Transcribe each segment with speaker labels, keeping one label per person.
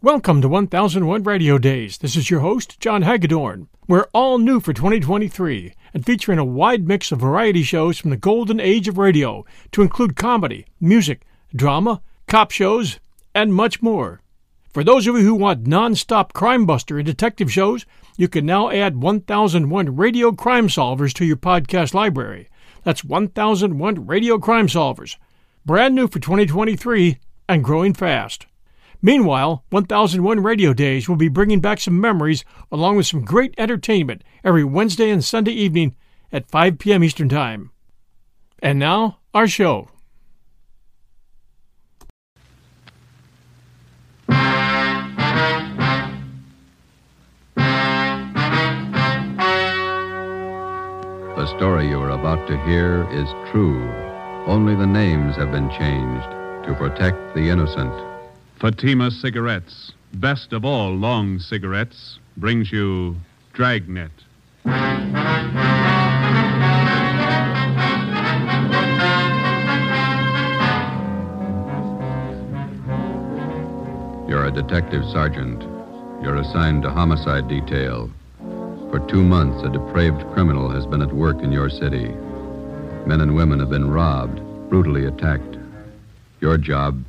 Speaker 1: Welcome to 1001 Radio Days. This is your host, John Hagedorn. We're all new for 2023 and featuring a wide mix of variety shows from the golden age of radio to include comedy, music, drama, cop shows, and much more. For those of you who want non-stop crime buster and detective shows, you can now add 1001 Radio Crime Solvers to your podcast library. That's 1001 Radio Crime Solvers. Brand new for 2023 and growing fast. Meanwhile, 1001 Radio Days will be bringing back some memories along with some great entertainment every Wednesday and Sunday evening at 5 p.m. Eastern Time. And now, our show.
Speaker 2: The story you are about to hear is true. Only the names have been changed to protect the innocent.
Speaker 3: Fatima Cigarettes, best of all long cigarettes, brings you Dragnet.
Speaker 2: You're a detective sergeant. You're assigned to homicide detail. For two months, a depraved criminal has been at work in your city. Men and women have been robbed, brutally attacked. Your job,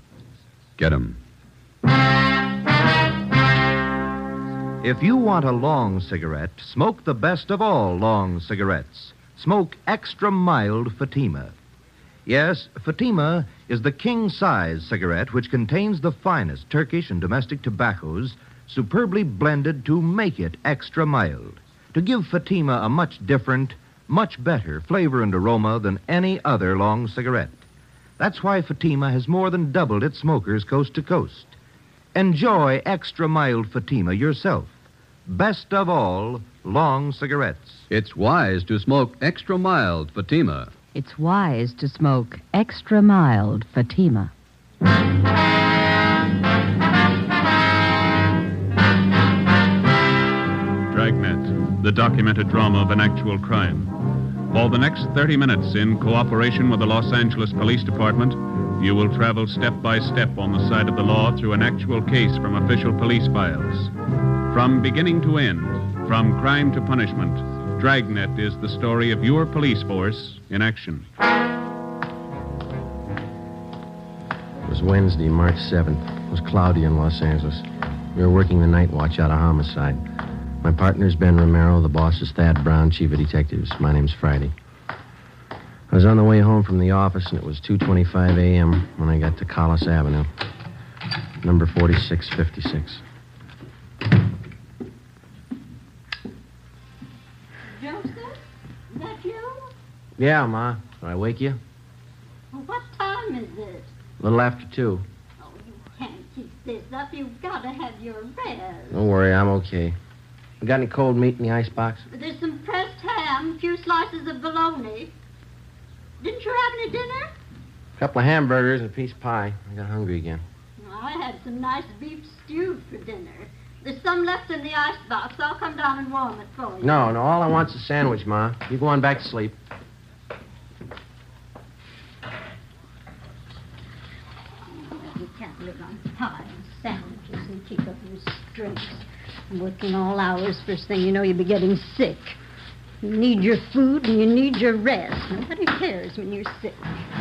Speaker 2: get 'em.
Speaker 4: If you want a long cigarette, smoke the best of all long cigarettes. Smoke extra mild Fatima. Yes, Fatima is the king size cigarette which contains the finest Turkish and domestic tobaccos, superbly blended to make it extra mild, to give Fatima a much different, much better flavor and aroma than any other long cigarette. That's why Fatima has more than doubled its smokers coast to coast. Enjoy extra mild Fatima yourself. Best of all, long cigarettes.
Speaker 2: It's wise to smoke extra mild Fatima.
Speaker 5: It's wise to smoke extra mild Fatima.
Speaker 3: Dragnet, the documented drama of an actual crime. For the next 30 minutes, in cooperation with the Los Angeles Police Department, you will travel step by step on the side of the law through an actual case from official police files. From beginning to end, from crime to punishment, Dragnet is the story of your police force in action.
Speaker 6: It was Wednesday, March 7th. It was cloudy in Los Angeles. We were working the night watch out of homicide. My partner's Ben Romero. The boss is Thad Brown, chief of detectives. My name's Friday. I was on the way home from the office, and it was 2.25 a.m. when I got to Collis Avenue, number 4656.
Speaker 7: Joseph? Is that you?
Speaker 6: Yeah, Ma. Did I wake you?
Speaker 7: Well, what time is it?
Speaker 6: A little after 2.
Speaker 7: Oh, you can't keep this up. You've got to have your rest.
Speaker 6: Don't worry, I'm okay. You got any cold meat in the icebox?
Speaker 7: There's some pressed ham, a few slices of bologna. Didn't you have any dinner?
Speaker 6: A couple of hamburgers and a piece of pie. I got hungry again.
Speaker 7: No, I had some nice beef stew for dinner. There's some left in the icebox. I'll come down and warm it for you.
Speaker 6: No, no, all I want's a sandwich, Ma. You go on back to sleep.
Speaker 7: You can't live on pie and sandwiches and keep up your strength. Working all hours, first thing you know, you'll be getting sick. You need your food and you need your rest. Nobody cares when you're sick.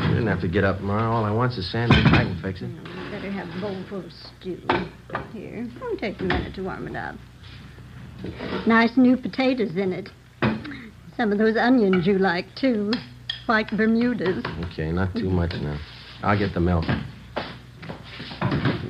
Speaker 6: You didn't have to get up, Ma. All I want's a sandwich. I can fix it.
Speaker 7: You better have a bowl full of stew. Here, it'll take a minute to warm it up. Nice new potatoes in it. Some of those onions you like, too. White Bermudas.
Speaker 6: Okay, not too much now. I'll get the milk.
Speaker 7: And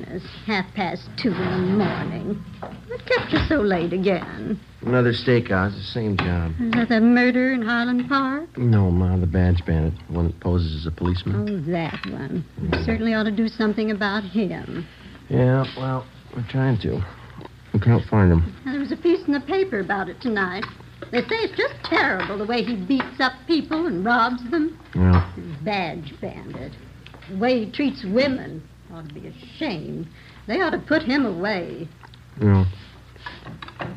Speaker 7: It's half past two in the morning. What kept you so late again?
Speaker 6: Another steakhouse, the same job.
Speaker 7: Is that the murder in Highland Park?
Speaker 6: No, Ma, the badge bandit, the one that poses as a
Speaker 7: Oh,
Speaker 6: policeman.
Speaker 7: that one. We certainly ought to do something about him.
Speaker 6: Yeah, well, we're trying to. We can't find him.
Speaker 7: Now, there was a piece in the paper about it tonight. They say it's just terrible the way he beats up people and robs them.
Speaker 6: Yeah.
Speaker 7: badge bandit. The way he treats women ought to be ashamed. They ought to put him away.
Speaker 6: Yeah.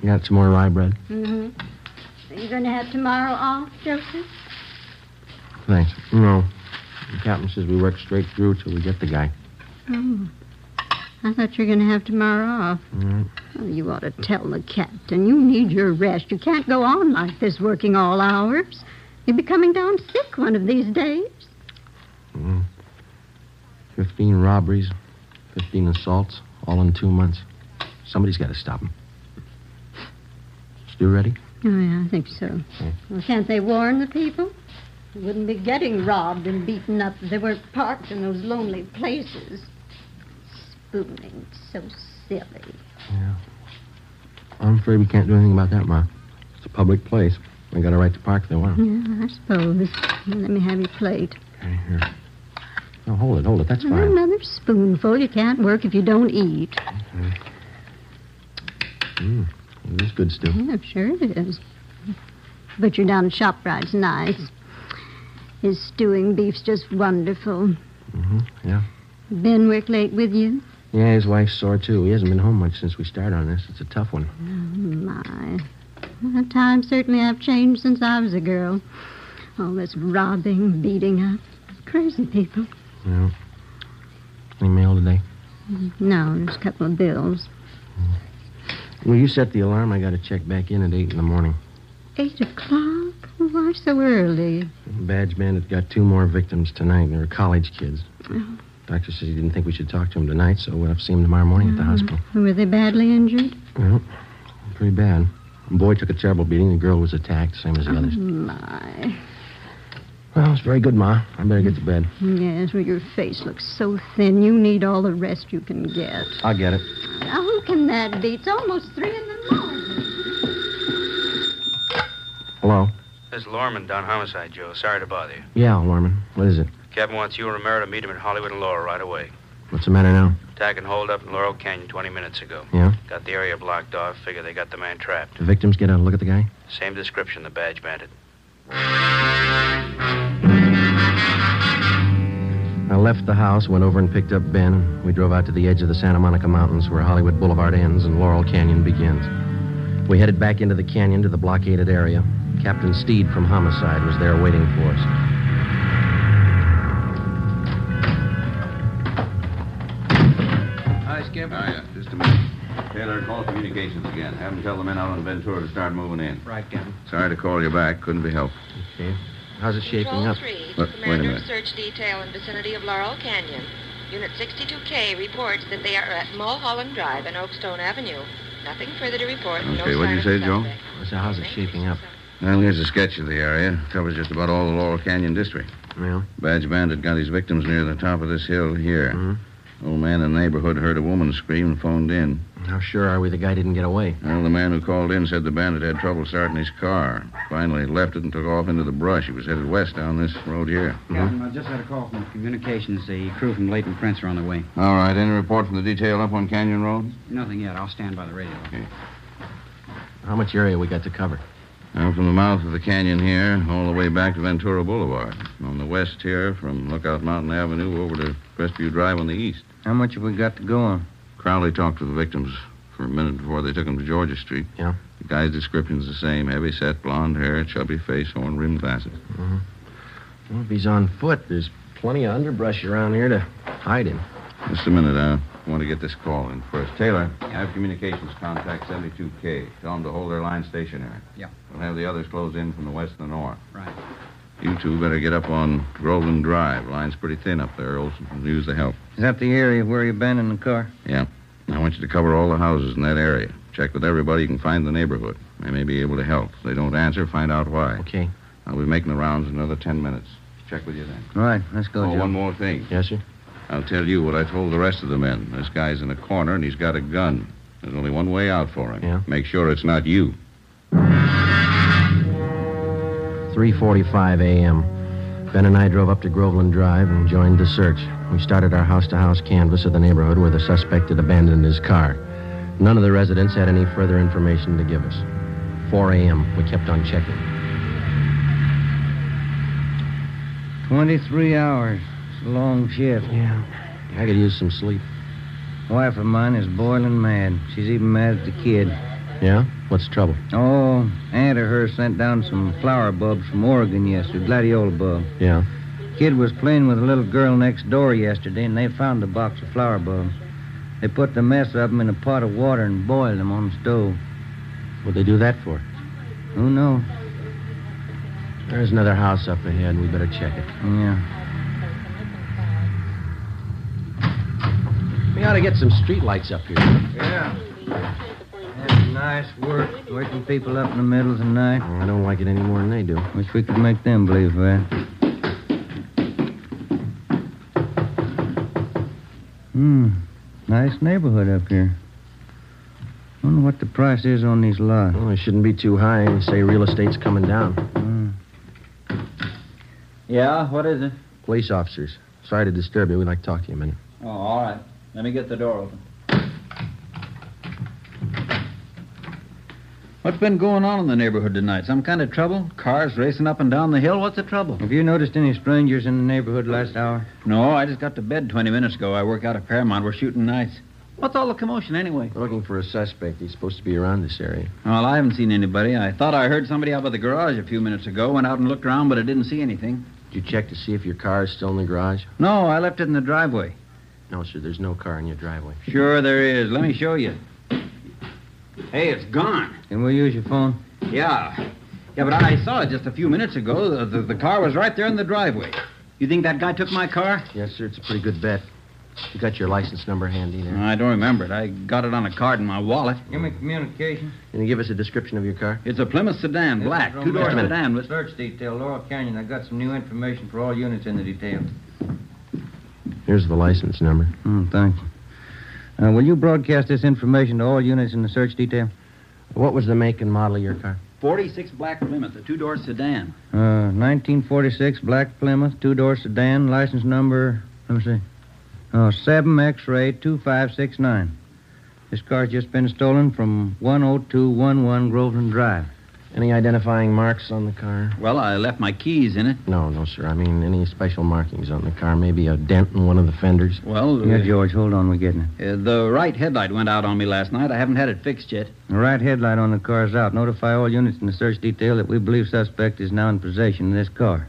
Speaker 6: You got some more rye bread?
Speaker 7: Mm-hmm. Are you going to have tomorrow off, Joseph?
Speaker 6: Thanks. No. The captain says we work straight through till we get the guy.
Speaker 7: Oh. I thought you were going to have tomorrow off.
Speaker 6: Mm-hmm.
Speaker 7: Oh, you ought to tell the captain. You need your rest. You can't go on like this, working all hours. You'll be coming down sick one of these days.
Speaker 6: Mm-hmm. Fifteen robberies, fifteen assaults, all in two months. Somebody's got to stop him. You ready?
Speaker 7: Oh, yeah, I think so.
Speaker 6: Hmm.
Speaker 7: Well, can't they warn the people? They wouldn't be getting robbed and beaten up if they weren't parked in those lonely places. Spooning, so silly.
Speaker 6: I'm afraid we can't do anything about that, Ma. It's a public place. We got a right to park there. Wow.
Speaker 7: Yeah, I suppose. Let me have your plate.
Speaker 6: Okay, here. No, hold it, hold it. That's
Speaker 7: And
Speaker 6: fine.
Speaker 7: Another spoonful. You can't work if you don't eat.
Speaker 6: It's Mm, good, Stu.
Speaker 7: Yeah, sure it is. But you're down at ShopRite's nice. His stewing beef's just wonderful.
Speaker 6: yeah.
Speaker 7: Ben work late with you?
Speaker 6: Yeah, his wife's sore, too. He hasn't been home much since we started on this. It's a tough one.
Speaker 7: Oh, My. Well, times certainly have changed since I was a girl. All this robbing, beating up. Crazy people.
Speaker 6: Yeah. Any mail today?
Speaker 7: No, there's a couple of bills.
Speaker 6: Well, you set the alarm. I got to check back in at 8 in the morning.
Speaker 7: Eight o'clock? Why so early?
Speaker 6: Badge Bandit got two more victims tonight. They were college kids. Doctor says he didn't think we should talk to him tonight, so we'll have to see him tomorrow morning at the hospital.
Speaker 7: Were they badly injured?
Speaker 6: Well, pretty bad. The boy took a terrible beating. The girl was attacked, same as the others.
Speaker 7: Oh, My.
Speaker 6: Well, it's very good, Ma. I better get to bed.
Speaker 7: Yes, well, your face looks so thin. You need all the rest you can get.
Speaker 6: I'll get it.
Speaker 7: Now, who can that be? It's almost three in the morning.
Speaker 6: Hello?
Speaker 8: This is Lorman down homicide, Joe. Sorry to bother you.
Speaker 6: Yeah, Lorman. What is it?
Speaker 8: Captain wants you and Romero to meet him at Hollywood and Laurel right away.
Speaker 6: What's the matter now?
Speaker 8: Attack and hold up in Laurel Canyon 20 minutes ago.
Speaker 6: Yeah?
Speaker 8: Got the area blocked off. Figure they got the man trapped.
Speaker 6: The victims get a look at the guy?
Speaker 8: Same description, the badge bandit.
Speaker 6: I left the house, went over and picked up Ben, and we drove out to the edge of the Santa Monica Mountains where Hollywood Boulevard ends and Laurel Canyon begins. We headed back into the canyon to the blockaded area. Captain Steed from Homicide was there waiting for us.
Speaker 4: Hi, Skip.
Speaker 9: Hiya. Just a minute. Taylor, call communications again. Have them tell the men out on Ventura to start moving in.
Speaker 6: Right, Captain.
Speaker 9: Sorry to call you back. Couldn't be helped.
Speaker 6: Okay. How's it shaping
Speaker 10: Control
Speaker 6: up?
Speaker 10: 3,
Speaker 9: Wait- wait a
Speaker 10: Commander of
Speaker 9: minute.
Speaker 10: Search Detail in vicinity of Laurel Canyon. Unit 62K reports that they are at Mulholland Drive and Oakstone Avenue. Nothing further to report. no
Speaker 9: Okay, what did you
Speaker 10: sign of
Speaker 9: say, Joe?
Speaker 10: suspect.
Speaker 6: So how's it shaping up?
Speaker 9: Well, here's a sketch of the area. Covers just about all the Laurel Canyon district.
Speaker 6: Well,
Speaker 9: Badge Bandit got his victims near the top of this hill here. Old man in the neighborhood heard a woman scream and phoned in.
Speaker 6: Mm-hmm. how sure are we the guy didn't get away?
Speaker 9: Well, the man who called in said the bandit had trouble starting his car. Finally, he left it and took off into the brush. He was headed west down this road here.
Speaker 11: Captain, I just had a call from communications. The crew from Leighton Prince are on their way.
Speaker 9: All right, any report from the detail up on Canyon Road?
Speaker 11: Nothing yet. I'll stand by the radio.
Speaker 6: How much area we got to cover?
Speaker 9: Now, from the mouth of the canyon here, all the way back to Ventura Boulevard. On the west here, from Lookout Mountain Avenue over to Crestview Drive on the east.
Speaker 4: How much have we got to go on?
Speaker 9: Crowley talked to the victims for a minute before they took him to Georgia Street.
Speaker 6: Yeah.
Speaker 9: The guy's description's the same heavy set, blonde hair, chubby face, horn rimmed glasses.
Speaker 6: Mm-hmm. Well, if he's on foot, there's plenty of underbrush around here to hide him.
Speaker 9: Just a minute. I want to get this call in first. Taylor, I have communications contact 72K. Tell them to hold their line stationary.
Speaker 11: Yeah.
Speaker 9: We'll have the others close in from the west and the north.
Speaker 11: Right.
Speaker 9: You two better get up on Groveland Drive. Line's pretty thin up there. Olson will use the help.
Speaker 4: Is that the area where you abandoned the car?
Speaker 9: Yeah. I want you to cover all the houses in that area. Check with everybody you can find in the neighborhood. They may be able to help. If they don't answer, find out why.
Speaker 6: Okay.
Speaker 9: I'll be making the rounds in another ten minutes. Check with you then.
Speaker 4: All right, let's go,
Speaker 9: oh,
Speaker 4: Joe.
Speaker 9: one more thing.
Speaker 6: Yes, sir?
Speaker 9: I'll tell you what I told the rest of the men. This guy's in a corner and he's got a gun. There's only one way out for him.
Speaker 6: Yeah?
Speaker 9: Make sure it's not you.
Speaker 6: 3:45 a.m. Ben and I drove up to Groveland Drive and joined the search. We started our house-to-house canvass of the neighborhood where the suspect had abandoned his car. None of the residents had any further information to give us. 4 a.m. We kept on checking.
Speaker 4: 23 hours. It's a long shift.
Speaker 6: Yeah. I could use some sleep.
Speaker 4: Wife of mine is boiling mad. She's even mad at the kid.
Speaker 6: Yeah? What's the trouble?
Speaker 4: Oh, aunt of hers sent down some flower bulbs from Oregon yesterday, gladiola bulb.
Speaker 6: Yeah.
Speaker 4: Kid was playing with a little girl next door yesterday, and they found the box of flower bulbs.
Speaker 11: They put the mess of them in a pot of water and boiled them on the stove.
Speaker 6: What'd they do that for?
Speaker 11: Who knows?
Speaker 6: There's another house up ahead. We better check it.
Speaker 11: Yeah.
Speaker 6: We ought to get some street lights up here.
Speaker 11: Yeah. That's nice work, waking people up in the middle of the night.
Speaker 6: I don't like it any more than they do.
Speaker 11: Wish we could make them believe that. Hmm. Nice neighborhood up here. Wonder what the price is on these lots.
Speaker 6: Well, it shouldn't be too high. They say real estate's coming down.
Speaker 11: Yeah, what is it?
Speaker 6: Police officers. Sorry to disturb you. We'd like to talk to you a minute.
Speaker 11: Oh, all right. Let me get the door open. What's been going on in the neighborhood tonight? Some kind of trouble? Cars racing up and down the hill? What's the trouble? Have you noticed any strangers in the neighborhood last hour? No, I just got to bed 20 minutes ago. I work out at Paramount. We're shooting nights. What's all the commotion anyway?
Speaker 6: We're looking for a suspect. He's supposed to be around this area.
Speaker 11: Well, I haven't seen anybody. I thought I heard somebody out by the garage a few minutes ago. Went out and looked around, but I didn't see anything.
Speaker 6: Did you check to see if your car is still in the garage?
Speaker 11: No, I left it in the driveway.
Speaker 6: No, sir. There's no car in your driveway.
Speaker 11: Sure there is. Let me show you. Hey, it's gone. Can we use your phone? Yeah. Yeah, but I saw it just a few minutes ago. The, the, the car was right there in the driveway. You think that guy took my car?
Speaker 6: Yes, sir. It's a pretty good bet. You got your license number handy there.
Speaker 11: I don't remember it. I got it on a card in my wallet. Give me communication.
Speaker 6: Can you give us a description of your car?
Speaker 11: It's a Plymouth sedan, black, two-door
Speaker 6: Just a minute.
Speaker 11: sedan. With...
Speaker 12: Search detail, Laurel Canyon. I got some new information for all units in the detail.
Speaker 6: Here's the license number.
Speaker 11: Mm,
Speaker 6: thank you.
Speaker 11: Uh, will you broadcast this information to all units in the search detail?
Speaker 6: What was the make and model of your car?
Speaker 11: 46 black Plymouth, a two-door sedan.
Speaker 12: Uh, 1946 Black Plymouth, two-door sedan, license number, let me see, uh, 7X-ray 2569. This car's just been stolen from 10211 Groveland Drive.
Speaker 6: Any identifying marks on the car?
Speaker 11: Well, I left my keys in it.
Speaker 6: No, no, sir. I mean, any special markings on the car? Maybe a dent in one of the fenders?
Speaker 11: Well, uh,
Speaker 12: Yeah, George, hold on, we're getting it.
Speaker 11: uh, the right headlight went out on me last night. I haven't had it fixed yet.
Speaker 12: The right headlight on the car is out. Notify all units in the search detail that we believe suspect is now in possession of this car.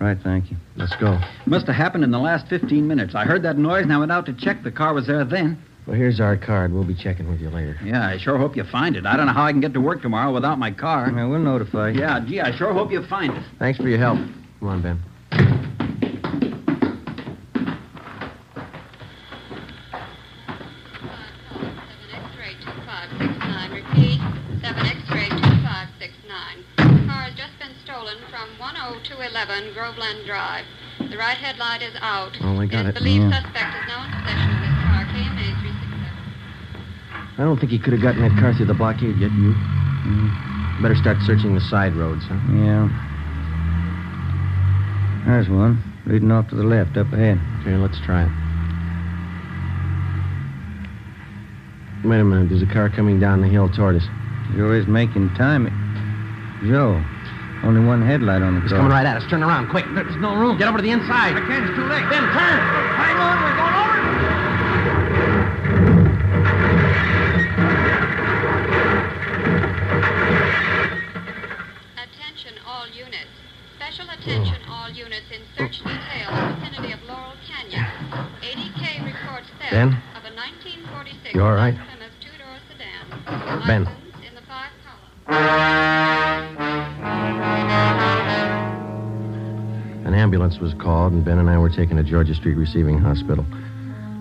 Speaker 12: Right, thank you.
Speaker 6: Let's go.
Speaker 11: Must have happened in the last 15 minutes. I heard that noise and I went out to check. The car was there then.
Speaker 6: Well, here's our card. We'll be checking with you later.
Speaker 11: Yeah, I sure hope you find it. I don't know how I can get to work tomorrow without my car.
Speaker 12: Yeah, we'll notify you.
Speaker 11: Yeah, gee, I sure hope you find it.
Speaker 6: Thanks for your help. Come on, Ben.
Speaker 10: Repeat, 7 X-ray 2569. Car has just been stolen from 10211 Groveland Drive. The right headlight is out.
Speaker 6: Oh, I got
Speaker 10: It is
Speaker 6: it.
Speaker 10: believed
Speaker 12: Yeah.
Speaker 10: suspect is now in possession of this car, KMA 367.
Speaker 6: Oh. I don't think he could have gotten that car through the blockade yet, you. Better start searching the side roads, huh?
Speaker 12: Yeah. There's one. Leading off to the left, up ahead.
Speaker 6: Okay, let's try it. Wait a minute. There's a car coming down the hill toward us.
Speaker 12: Sure is making time. Joe. Only one headlight on the
Speaker 6: It's
Speaker 12: car.
Speaker 6: coming right at us. Turn around, quick.
Speaker 12: There's no room.
Speaker 6: Get over to the inside. I can't. It's too late. Ben, turn.
Speaker 12: Hang on, we're going over.
Speaker 10: Attention all units. Special attention all units in search detail in the vicinity of Laurel Canyon. ADK reports theft
Speaker 6: Ben?
Speaker 10: of a 1946
Speaker 6: You all right?
Speaker 10: Plymouth two-door sedan.
Speaker 6: Ben.
Speaker 10: License in the five columns.
Speaker 6: An ambulance was called, and Ben and I were taken to Georgia Street Receiving Hospital.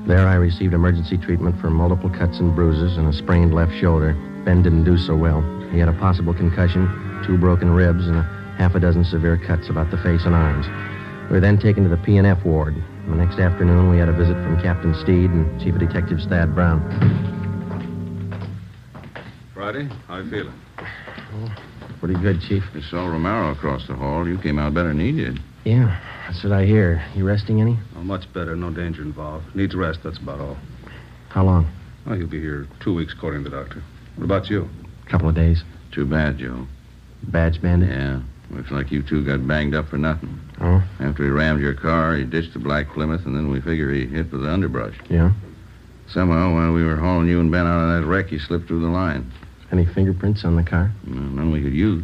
Speaker 6: There, I received emergency treatment for multiple cuts and bruises and a sprained left shoulder. Ben didn't do so well. He had a possible concussion, two broken ribs, and a half a dozen severe cuts about the face and arms. We were then taken to the P&F ward. The next afternoon, we had a visit from Captain Steed and Chief of Detectives Thad Brown.
Speaker 9: Friday, how you feeling?
Speaker 6: Pretty good, Chief.
Speaker 9: You saw Romero across the hall. You came out better than he did.
Speaker 6: Yeah, that's what I hear. You resting any?
Speaker 9: Oh, much better. No danger involved. Needs rest, that's about all.
Speaker 6: How long?
Speaker 9: Oh, he'll be here two weeks, according to the doctor. What about you?
Speaker 6: couple of days.
Speaker 9: Too bad, Joe.
Speaker 6: Badge bandit?
Speaker 9: Yeah. Looks like you two got banged up for nothing.
Speaker 6: Oh,
Speaker 9: After he rammed your car, he ditched the black Plymouth, and then we figure he hit with the underbrush.
Speaker 6: yeah.
Speaker 9: Somehow, while we were hauling you and Ben out of that wreck, he slipped through the line.
Speaker 6: Any fingerprints on the car?
Speaker 9: Well, None we could use.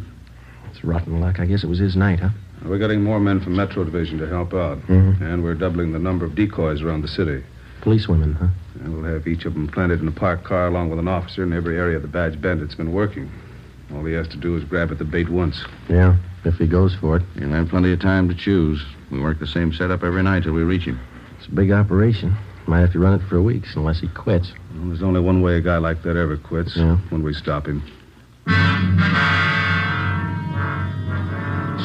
Speaker 6: It's rotten luck. I guess it was his night, huh?
Speaker 13: We're getting more men from Metro Division to help out,
Speaker 6: Mm-hmm.
Speaker 13: and we're doubling the number of decoys around the city.
Speaker 6: Policewomen, huh?
Speaker 13: And we'll have each of them planted in a parked car along with an officer in every area of the badge bandit's been working. All he has to do is grab at the bait once.
Speaker 6: Yeah, if he goes for it.
Speaker 9: He'll have plenty of time to choose. We work the same setup every night till we reach him.
Speaker 6: It's a big operation. Might have to run it for weeks unless he quits.
Speaker 13: Well, there's only one way a guy like that ever quits
Speaker 6: Yeah.
Speaker 13: when we stop him.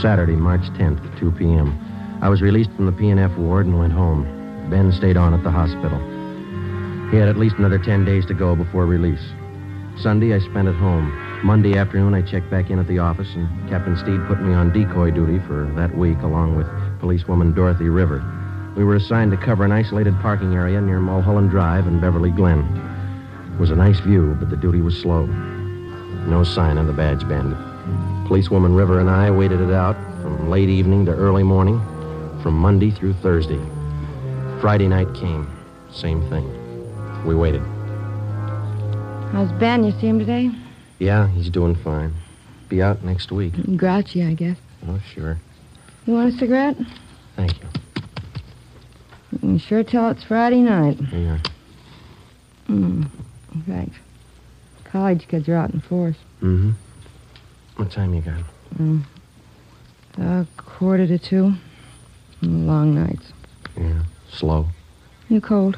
Speaker 6: Saturday, March 10th, 2 p.m. I was released from the PNF ward and went home. Ben stayed on at the hospital. He had at least another 10 days to go before release. Sunday, I spent at home. Monday afternoon, I checked back in at the office, and Captain Steed put me on decoy duty for that week along with policewoman Dorothy River. We were assigned to cover an isolated parking area near Mulholland Drive and Beverly Glen. It was a nice view, but the duty was slow. No sign of the badge bandit. Policewoman River and I waited it out from late evening to early morning, from Monday through Thursday. Friday night came. Same thing. We waited.
Speaker 14: How's Ben? You see him today?
Speaker 6: Yeah, he's doing fine. Be out next week.
Speaker 14: Grouchy, I guess.
Speaker 6: Oh, sure.
Speaker 14: You want a cigarette?
Speaker 6: Thank you.
Speaker 14: You can sure tell it's Friday night.
Speaker 6: Yeah.
Speaker 14: Mm, thanks. College kids are out in force.
Speaker 6: Mm-hmm. What time you got?
Speaker 14: Mm. A quarter to two. Mm, Long nights.
Speaker 6: Yeah. Slow.
Speaker 14: You cold?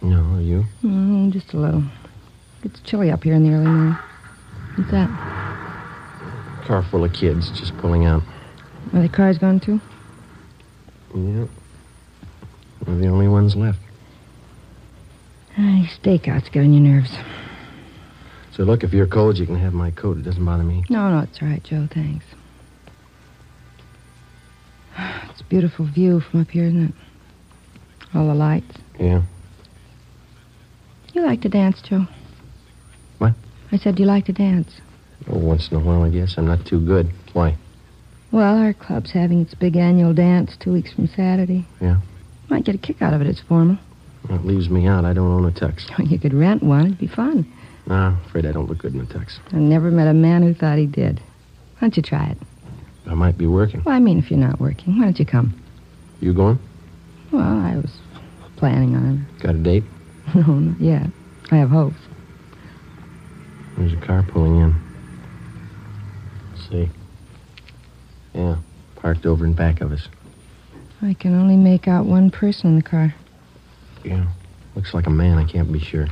Speaker 6: No, are you?
Speaker 14: Mm, just a little. It's chilly up here in the early morning. What's that?
Speaker 6: Car full of kids just pulling out.
Speaker 14: Are the cars gone too?
Speaker 6: Yeah. We're the only ones left.
Speaker 14: Ah, these stakeouts get on your nerves.
Speaker 6: So look, if you're cold, you can have my coat. It doesn't bother me.
Speaker 14: No, no, it's all right, Joe. Thanks. It's a beautiful view from up here, isn't it? All the lights.
Speaker 6: Yeah.
Speaker 14: You like to dance, Joe?
Speaker 6: What?
Speaker 14: I said you like to dance.
Speaker 6: Oh, once in a while, I guess. I'm not too good. Why?
Speaker 14: Well, our club's having its big annual dance two weeks from Saturday.
Speaker 6: Yeah.
Speaker 14: Might get a kick out of it. It's formal.
Speaker 6: Well, it leaves me out. I don't own a tux.
Speaker 14: You could rent one. It'd be fun.
Speaker 6: Nah, afraid I don't look good in a tux.
Speaker 14: I never met a man who thought he did. Why don't you try it?
Speaker 6: I might be working.
Speaker 14: Well, I mean, if you're not working, why don't you come?
Speaker 6: You going?
Speaker 14: Well, I was planning on
Speaker 6: Got a date?
Speaker 14: it. no, not yet. I have hopes.
Speaker 6: There's a car pulling in. see. Yeah, parked over in back of us.
Speaker 14: I can only make out one person in the car.
Speaker 6: Yeah. Looks like a man. I can't be sure.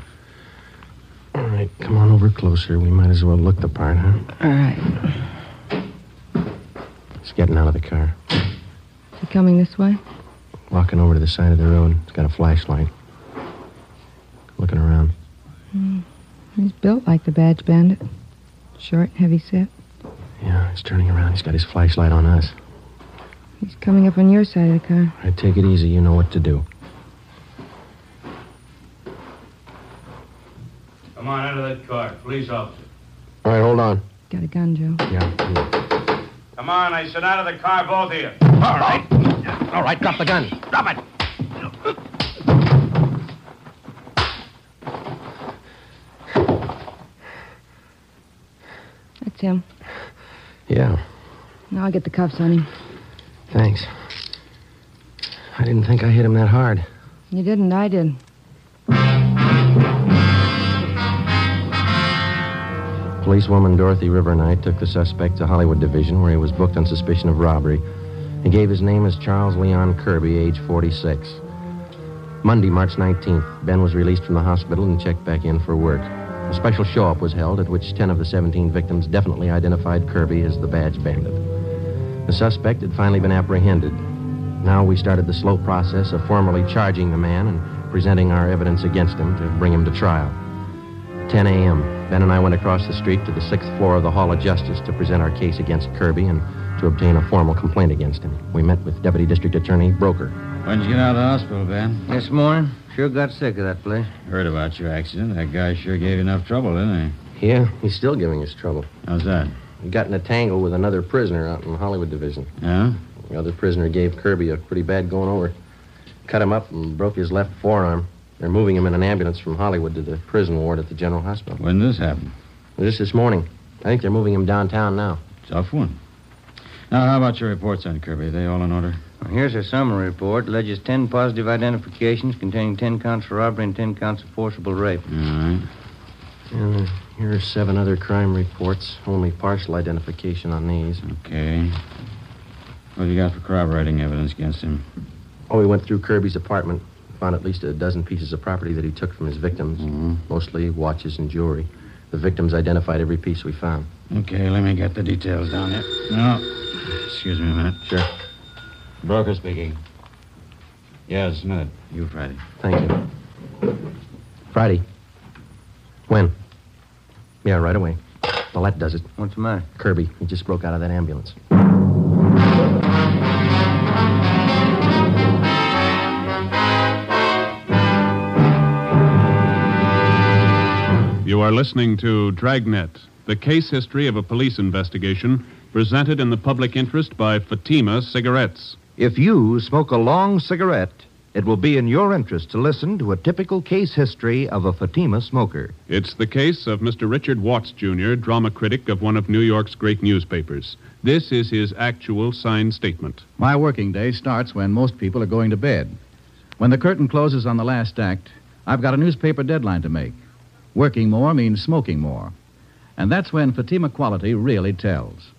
Speaker 6: All right, come on over closer. We might as well look the part, huh?
Speaker 14: All right.
Speaker 6: He's getting out of the car.
Speaker 14: Is he coming this way?
Speaker 6: Walking over to the side of the road. He's got a flashlight. Looking around.
Speaker 14: Hmm. He's built like the Badge Bandit. Short, heavy set.
Speaker 6: Yeah, he's turning around. He's got his flashlight on us.
Speaker 14: He's coming up on your side of the car.
Speaker 6: All right, take it easy. You know what to do.
Speaker 8: Come on, out of that car. Police officer.
Speaker 6: All right, hold on.
Speaker 14: Got a gun, Joe.
Speaker 6: Yeah.
Speaker 8: Come on, I said out of the car, both of you.
Speaker 6: All right. All right, drop the gun. Drop it.
Speaker 14: That's him.
Speaker 6: Yeah,
Speaker 14: Now I'll get the cuffs on him.
Speaker 6: thanks. I didn't think I hit him that hard.
Speaker 14: You didn't, I did.
Speaker 6: Policewoman Dorothy River and I took the suspect to Hollywood Division, where he was booked on suspicion of robbery. He gave his name as Charles Leon Kirby, age 46. Monday, March 19th, Ben was released from the hospital and checked back in for work. A special show up was held at which 10 of the 17 victims definitely identified Kirby as the badge bandit. The suspect had finally been apprehended. Now we started the slow process of formally charging the man and presenting our evidence against him to bring him to trial. 10 a.m. Ben and I went across the street to the sixth floor of the Hall of Justice to present our case against Kirby and to obtain a formal complaint against him. We met with Deputy District Attorney Broker.
Speaker 12: When'd you get out of the hospital, Ben?
Speaker 15: This morning, sure got sick of that place.
Speaker 12: Heard about your accident. That guy sure gave you enough trouble, didn't
Speaker 6: he? Yeah, he's still giving us trouble.
Speaker 12: How's that?
Speaker 6: He got in a tangle with another prisoner out in the Hollywood Division.
Speaker 12: Yeah?
Speaker 6: The other prisoner gave Kirby a pretty bad going over. Cut him up and broke his left forearm. They're moving him in an ambulance from Hollywood to the prison ward at the General Hospital.
Speaker 12: When did this happen?
Speaker 6: Just this morning. I think they're moving him downtown now.
Speaker 12: Tough one. Now, how about your reports on Kirby? Are they all in order? Now, Here's a summary report. Alleges 10 positive identifications containing 10 counts for robbery and 10 counts of forcible rape.
Speaker 6: All right. And uh, here are seven other crime reports. Only partial identification on these.
Speaker 16: Okay. What have you got for corroborating evidence against him?
Speaker 6: Oh, we went through Kirby's apartment, found at least a dozen pieces of property that he took from his victims,
Speaker 16: Mm-hmm.
Speaker 6: mostly watches and jewelry. The victims identified every piece we found.
Speaker 16: Okay, let me get the details down here. No. Excuse me a minute.
Speaker 6: Sure.
Speaker 16: Broker speaking. Yes, a minute. You, Friday.
Speaker 6: Thank you. Friday. When? Yeah, right away. Well, that does it.
Speaker 12: What's the matter?
Speaker 6: Kirby. He just broke out of that ambulance.
Speaker 3: You are listening to Dragnet, the case history of a police investigation presented in the public interest by Fatima Cigarettes.
Speaker 4: If you smoke a long cigarette, it will be in your interest to listen to a typical case history of a Fatima smoker.
Speaker 3: It's the case of Mr. Richard Watts, Jr., drama critic of one of New York's great newspapers. This is his actual signed statement.
Speaker 17: My working day starts when most people are going to bed. When the curtain closes on the last act, I've got a newspaper deadline to make. Working more means smoking more. And that's when Fatima quality really tells.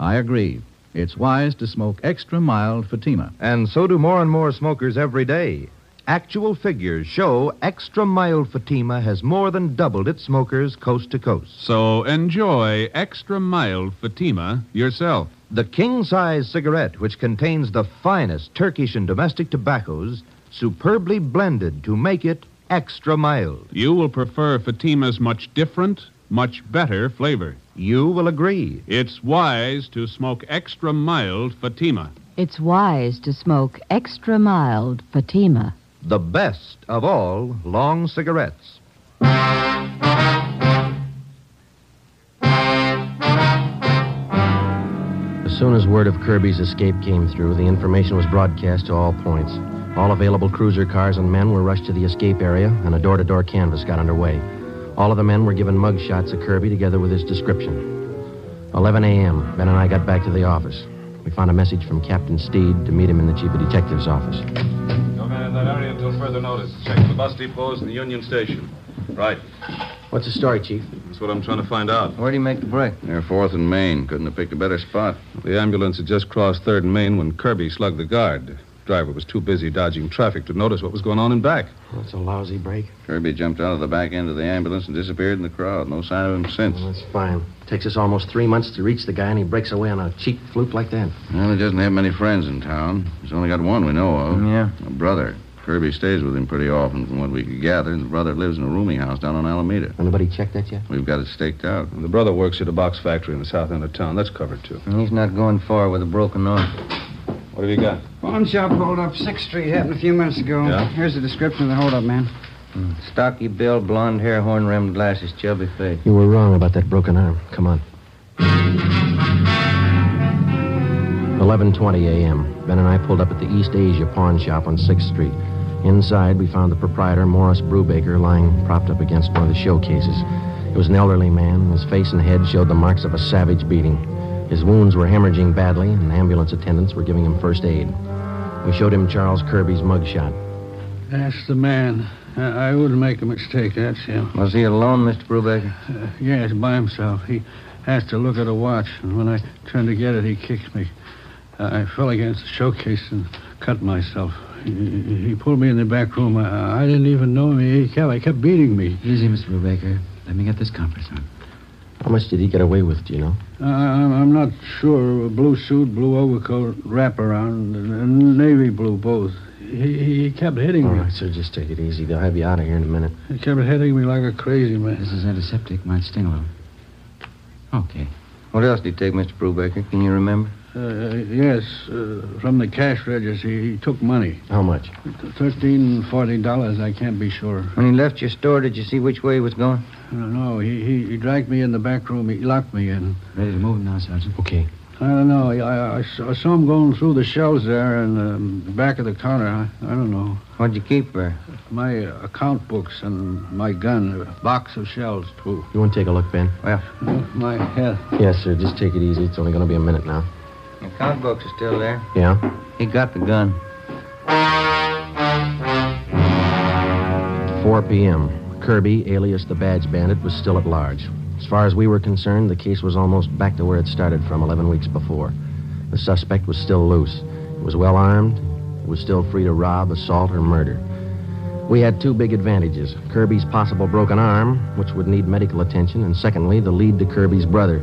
Speaker 17: I agree. It's wise to smoke extra mild Fatima.
Speaker 4: And so do more and more smokers every day. Actual figures show extra mild Fatima has more than doubled its smokers coast to coast.
Speaker 3: So enjoy extra mild Fatima yourself.
Speaker 4: The king size cigarette, which contains the finest Turkish and domestic tobaccos, superbly blended to make it extra mild.
Speaker 3: You will prefer Fatima's much different, much better flavor.
Speaker 4: You will agree.
Speaker 3: It's wise to smoke extra mild Fatima.
Speaker 5: It's wise to smoke extra mild Fatima.
Speaker 4: The best of all long cigarettes.
Speaker 6: As soon as word of Kirby's escape came through, the information was broadcast to all points. All available cruiser cars and men were rushed to the escape area, and a door to door canvass got underway. All of the men were given mug shots of Kirby together with his description. 11 a.m., Ben and I got back to the office. We found a message from Captain Steed to meet him in the chief of detective's office.
Speaker 1: No man in that area until further notice. Check the bus depots and the Union Station.
Speaker 16: Right.
Speaker 6: What's the story, Chief?
Speaker 16: That's what I'm trying to find out.
Speaker 12: Where do you make the break?
Speaker 16: Near 4th and Main. Couldn't have picked a better spot.
Speaker 13: The ambulance had just crossed 3rd and Main when Kirby slugged the guard. Driver was too busy dodging traffic to notice what was going on in back.
Speaker 6: That's a lousy break.
Speaker 16: Kirby jumped out of the back end of the ambulance and disappeared in the crowd. No sign of him since.
Speaker 6: that's fine. Takes us almost three months to reach the guy, and he breaks away on a cheap fluke like that.
Speaker 16: Well, he doesn't have many friends in town. He's only got one we know of.
Speaker 12: Yeah.
Speaker 16: A brother. Kirby stays with him pretty often, from what we could gather, and the brother lives in a rooming house down on Alameda.
Speaker 6: Anybody checked that yet?
Speaker 16: We've got it staked out.
Speaker 13: The brother works at a box factory in the south end of town. That's covered, too.
Speaker 12: And He's not going far with a broken arm.
Speaker 13: What have you got?
Speaker 18: Pawn shop hold up, 6th Street, happened a few minutes ago.
Speaker 13: Yeah?
Speaker 18: Here's the description of the holdup, man.
Speaker 12: Stocky bill, blonde hair, horn rimmed glasses, chubby face.
Speaker 6: You were wrong about that broken arm. Come on. 11:20 a.m. Ben and I pulled up at the East Asia pawn shop on 6th Street. Inside, we found the proprietor, Morris Brubaker, lying propped up against one of the showcases. It was an elderly man, and his face and head showed the marks of a savage beating. His wounds were hemorrhaging badly, and ambulance attendants were giving him first aid. We showed him Charles Kirby's mugshot.
Speaker 19: That's the man. I, I wouldn't make a mistake, that's him.
Speaker 12: Was he alone, Mr. Brubaker?
Speaker 19: Uh, yes, by himself. He asked to look at a watch, and when I turned to get it, he kicked me. I I fell against the showcase and cut myself. He, he- he pulled me in the back room. I, I didn't even know him. He kept, he kept beating me.
Speaker 20: Easy, Mr. Brubaker. Let me get this comforts on.
Speaker 6: How much did he get away with, do you know?
Speaker 19: I, I'm Uh, I'm not sure. A blue suit, blue overcoat, wrap around, and navy blue both. He, he kept hitting
Speaker 6: All
Speaker 19: me.
Speaker 6: right, sir, just take it easy. They'll have you out of here in a minute.
Speaker 19: He kept hitting me like a crazy man.
Speaker 20: This is antiseptic. Might sting a little. Okay.
Speaker 12: What else did he take, Mr. Brubaker? Can you remember?
Speaker 19: Uh, yes, uh, from the cash register. He took money.
Speaker 6: How much?
Speaker 19: Thirteen, forty dollars. I can't be sure.
Speaker 12: When he left your store, did you see which way he was going?
Speaker 19: No, he, he he dragged me in the back room. He locked me in.
Speaker 20: Ready to move now, Sergeant.
Speaker 6: Okay.
Speaker 19: I don't know. I, I, I saw, I saw him going through the shelves there in um, the back of the counter. I, I don't know.
Speaker 12: What'd you keep there?
Speaker 19: My uh, account books and my gun, a box of shells too.
Speaker 6: You want to take a look, Ben?
Speaker 12: Well,
Speaker 19: My hat.
Speaker 6: Yes, sir. Just take it easy. It's only going to be a minute now.
Speaker 12: The account books are still there.
Speaker 6: Yeah?
Speaker 12: He got the gun.
Speaker 6: 4 p.m. Kirby, alias the Badge Bandit, was still at large. As far as we were concerned, the case was almost back to where it started from 11 weeks before. The suspect was still loose. It was well armed. It was still free to rob, assault, or murder. We had two big advantages Kirby's possible broken arm, which would need medical attention, and secondly, the lead to Kirby's brother.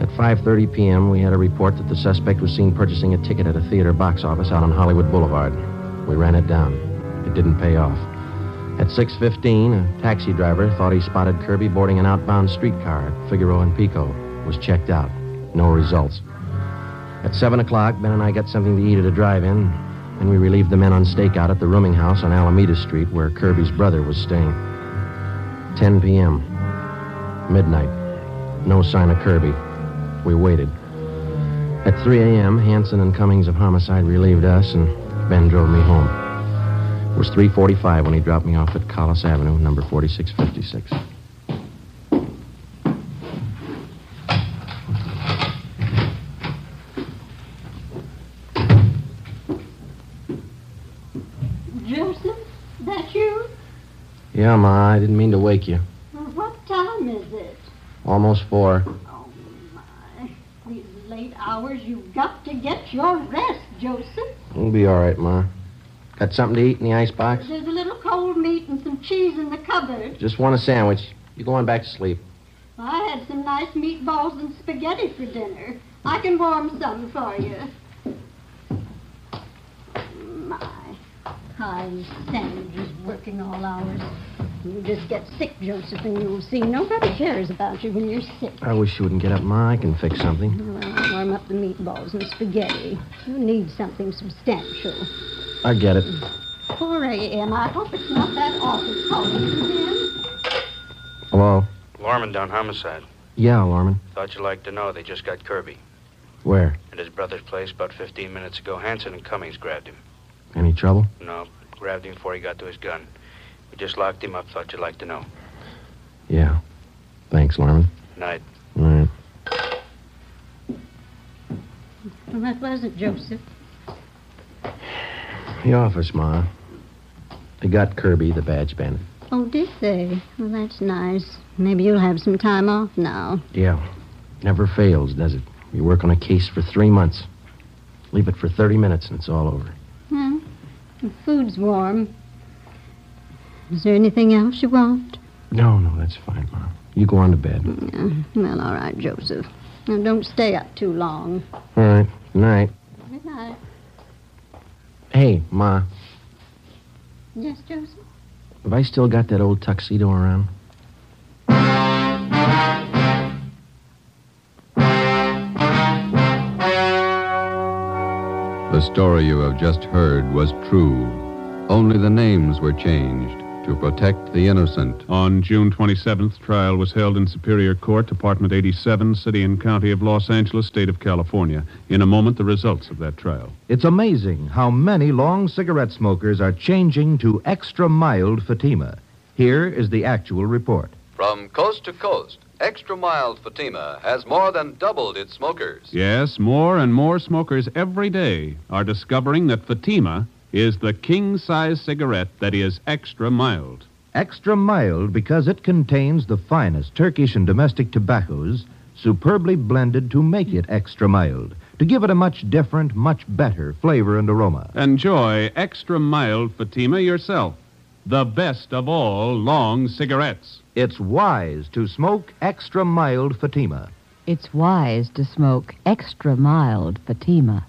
Speaker 6: At 5:30 p.m., we had a report that the suspect was seen purchasing a ticket at a theater box office out on Hollywood Boulevard. We ran it down. It didn't pay off. At 6:15, a taxi driver thought he spotted Kirby boarding an outbound streetcar at Figaro and Pico. Was checked out. No results. At 7 o'clock, Ben and I got something to eat at a drive-in, and we relieved the men on stakeout at the rooming house on Alameda Street where Kirby's brother was staying. 10 p.m. Midnight. No sign of Kirby. We waited. At 3 a.m., Hanson and Cummings of Homicide relieved us, and Ben drove me home. It was 3.45 when he dropped me off at Collis Avenue, number 4656.
Speaker 7: Joseph, that you?
Speaker 6: Yeah, Ma, I didn't mean to wake you.
Speaker 7: What time is it?
Speaker 6: Almost four.
Speaker 7: These late hours, you've got to get your rest, Joseph.
Speaker 6: We'll be all right, Ma. Got something to eat in the icebox?
Speaker 7: There's a little cold meat and some cheese in the cupboard.
Speaker 6: Just want a sandwich. You're going back to sleep.
Speaker 7: I had some nice meatballs and spaghetti for dinner. I can warm some for you. My, how these sandwiches working all hours. You just get sick, Joseph, and you'll see nobody cares about you when you're sick.
Speaker 6: I wish you wouldn't get up, Ma. I can fix something.
Speaker 7: Well, I'll warm up the meatballs and spaghetti. You need something substantial.
Speaker 6: I get it.
Speaker 7: 4 a.m. I hope it's not that awful cold.
Speaker 6: Hello?
Speaker 8: Lorman down homicide.
Speaker 6: Yeah, Lorman.
Speaker 8: Thought you'd like to know they just got Kirby.
Speaker 6: Where?
Speaker 8: At his brother's place about 15 minutes ago, Hanson and Cummings grabbed him.
Speaker 6: Any trouble?
Speaker 8: No, grabbed him before he got to his gun. We just locked him up. Thought you'd like to know.
Speaker 6: Yeah. Thanks, Lorman.
Speaker 8: Night.
Speaker 6: All right.
Speaker 7: Well, that wasn't Joseph.
Speaker 6: The office, Ma. They got Kirby, the badge bandit.
Speaker 7: Oh, did they? Well, that's nice. Maybe you'll have some time off now.
Speaker 6: Yeah. Never fails, does it? You work on a case for three months. Leave it for 30 minutes and it's all over.
Speaker 7: Well, the food's warm. Is there anything else you want?
Speaker 6: No, no, that's fine, Ma. You go on to bed.
Speaker 7: Well, all right, Joseph. Now, don't stay up too long.
Speaker 6: All right. Good night.
Speaker 7: Good night.
Speaker 6: Hey, Ma,
Speaker 7: Yes, Joseph?
Speaker 6: have I still got that old tuxedo around?
Speaker 9: The story you have just heard was true. Only the names were changed to protect the innocent.
Speaker 3: On June 27th, trial was held in Superior Court, Department 87, City and County of Los Angeles, State of California. In a moment, the results of that trial.
Speaker 4: It's amazing how many long cigarette smokers are changing to extra mild Fatima. Here is the actual report.
Speaker 2: From coast to coast, extra mild Fatima has more than doubled its smokers.
Speaker 3: Yes, more and more smokers every day are discovering that Fatima is the king size cigarette that is extra mild.
Speaker 4: Extra mild because it contains the finest Turkish and domestic tobaccos, superbly blended to make it extra mild, to give it a much different, much better flavor and aroma.
Speaker 3: Enjoy extra mild Fatima yourself, the best of all long cigarettes.
Speaker 4: It's wise to smoke extra mild Fatima.
Speaker 5: It's wise to smoke extra mild Fatima.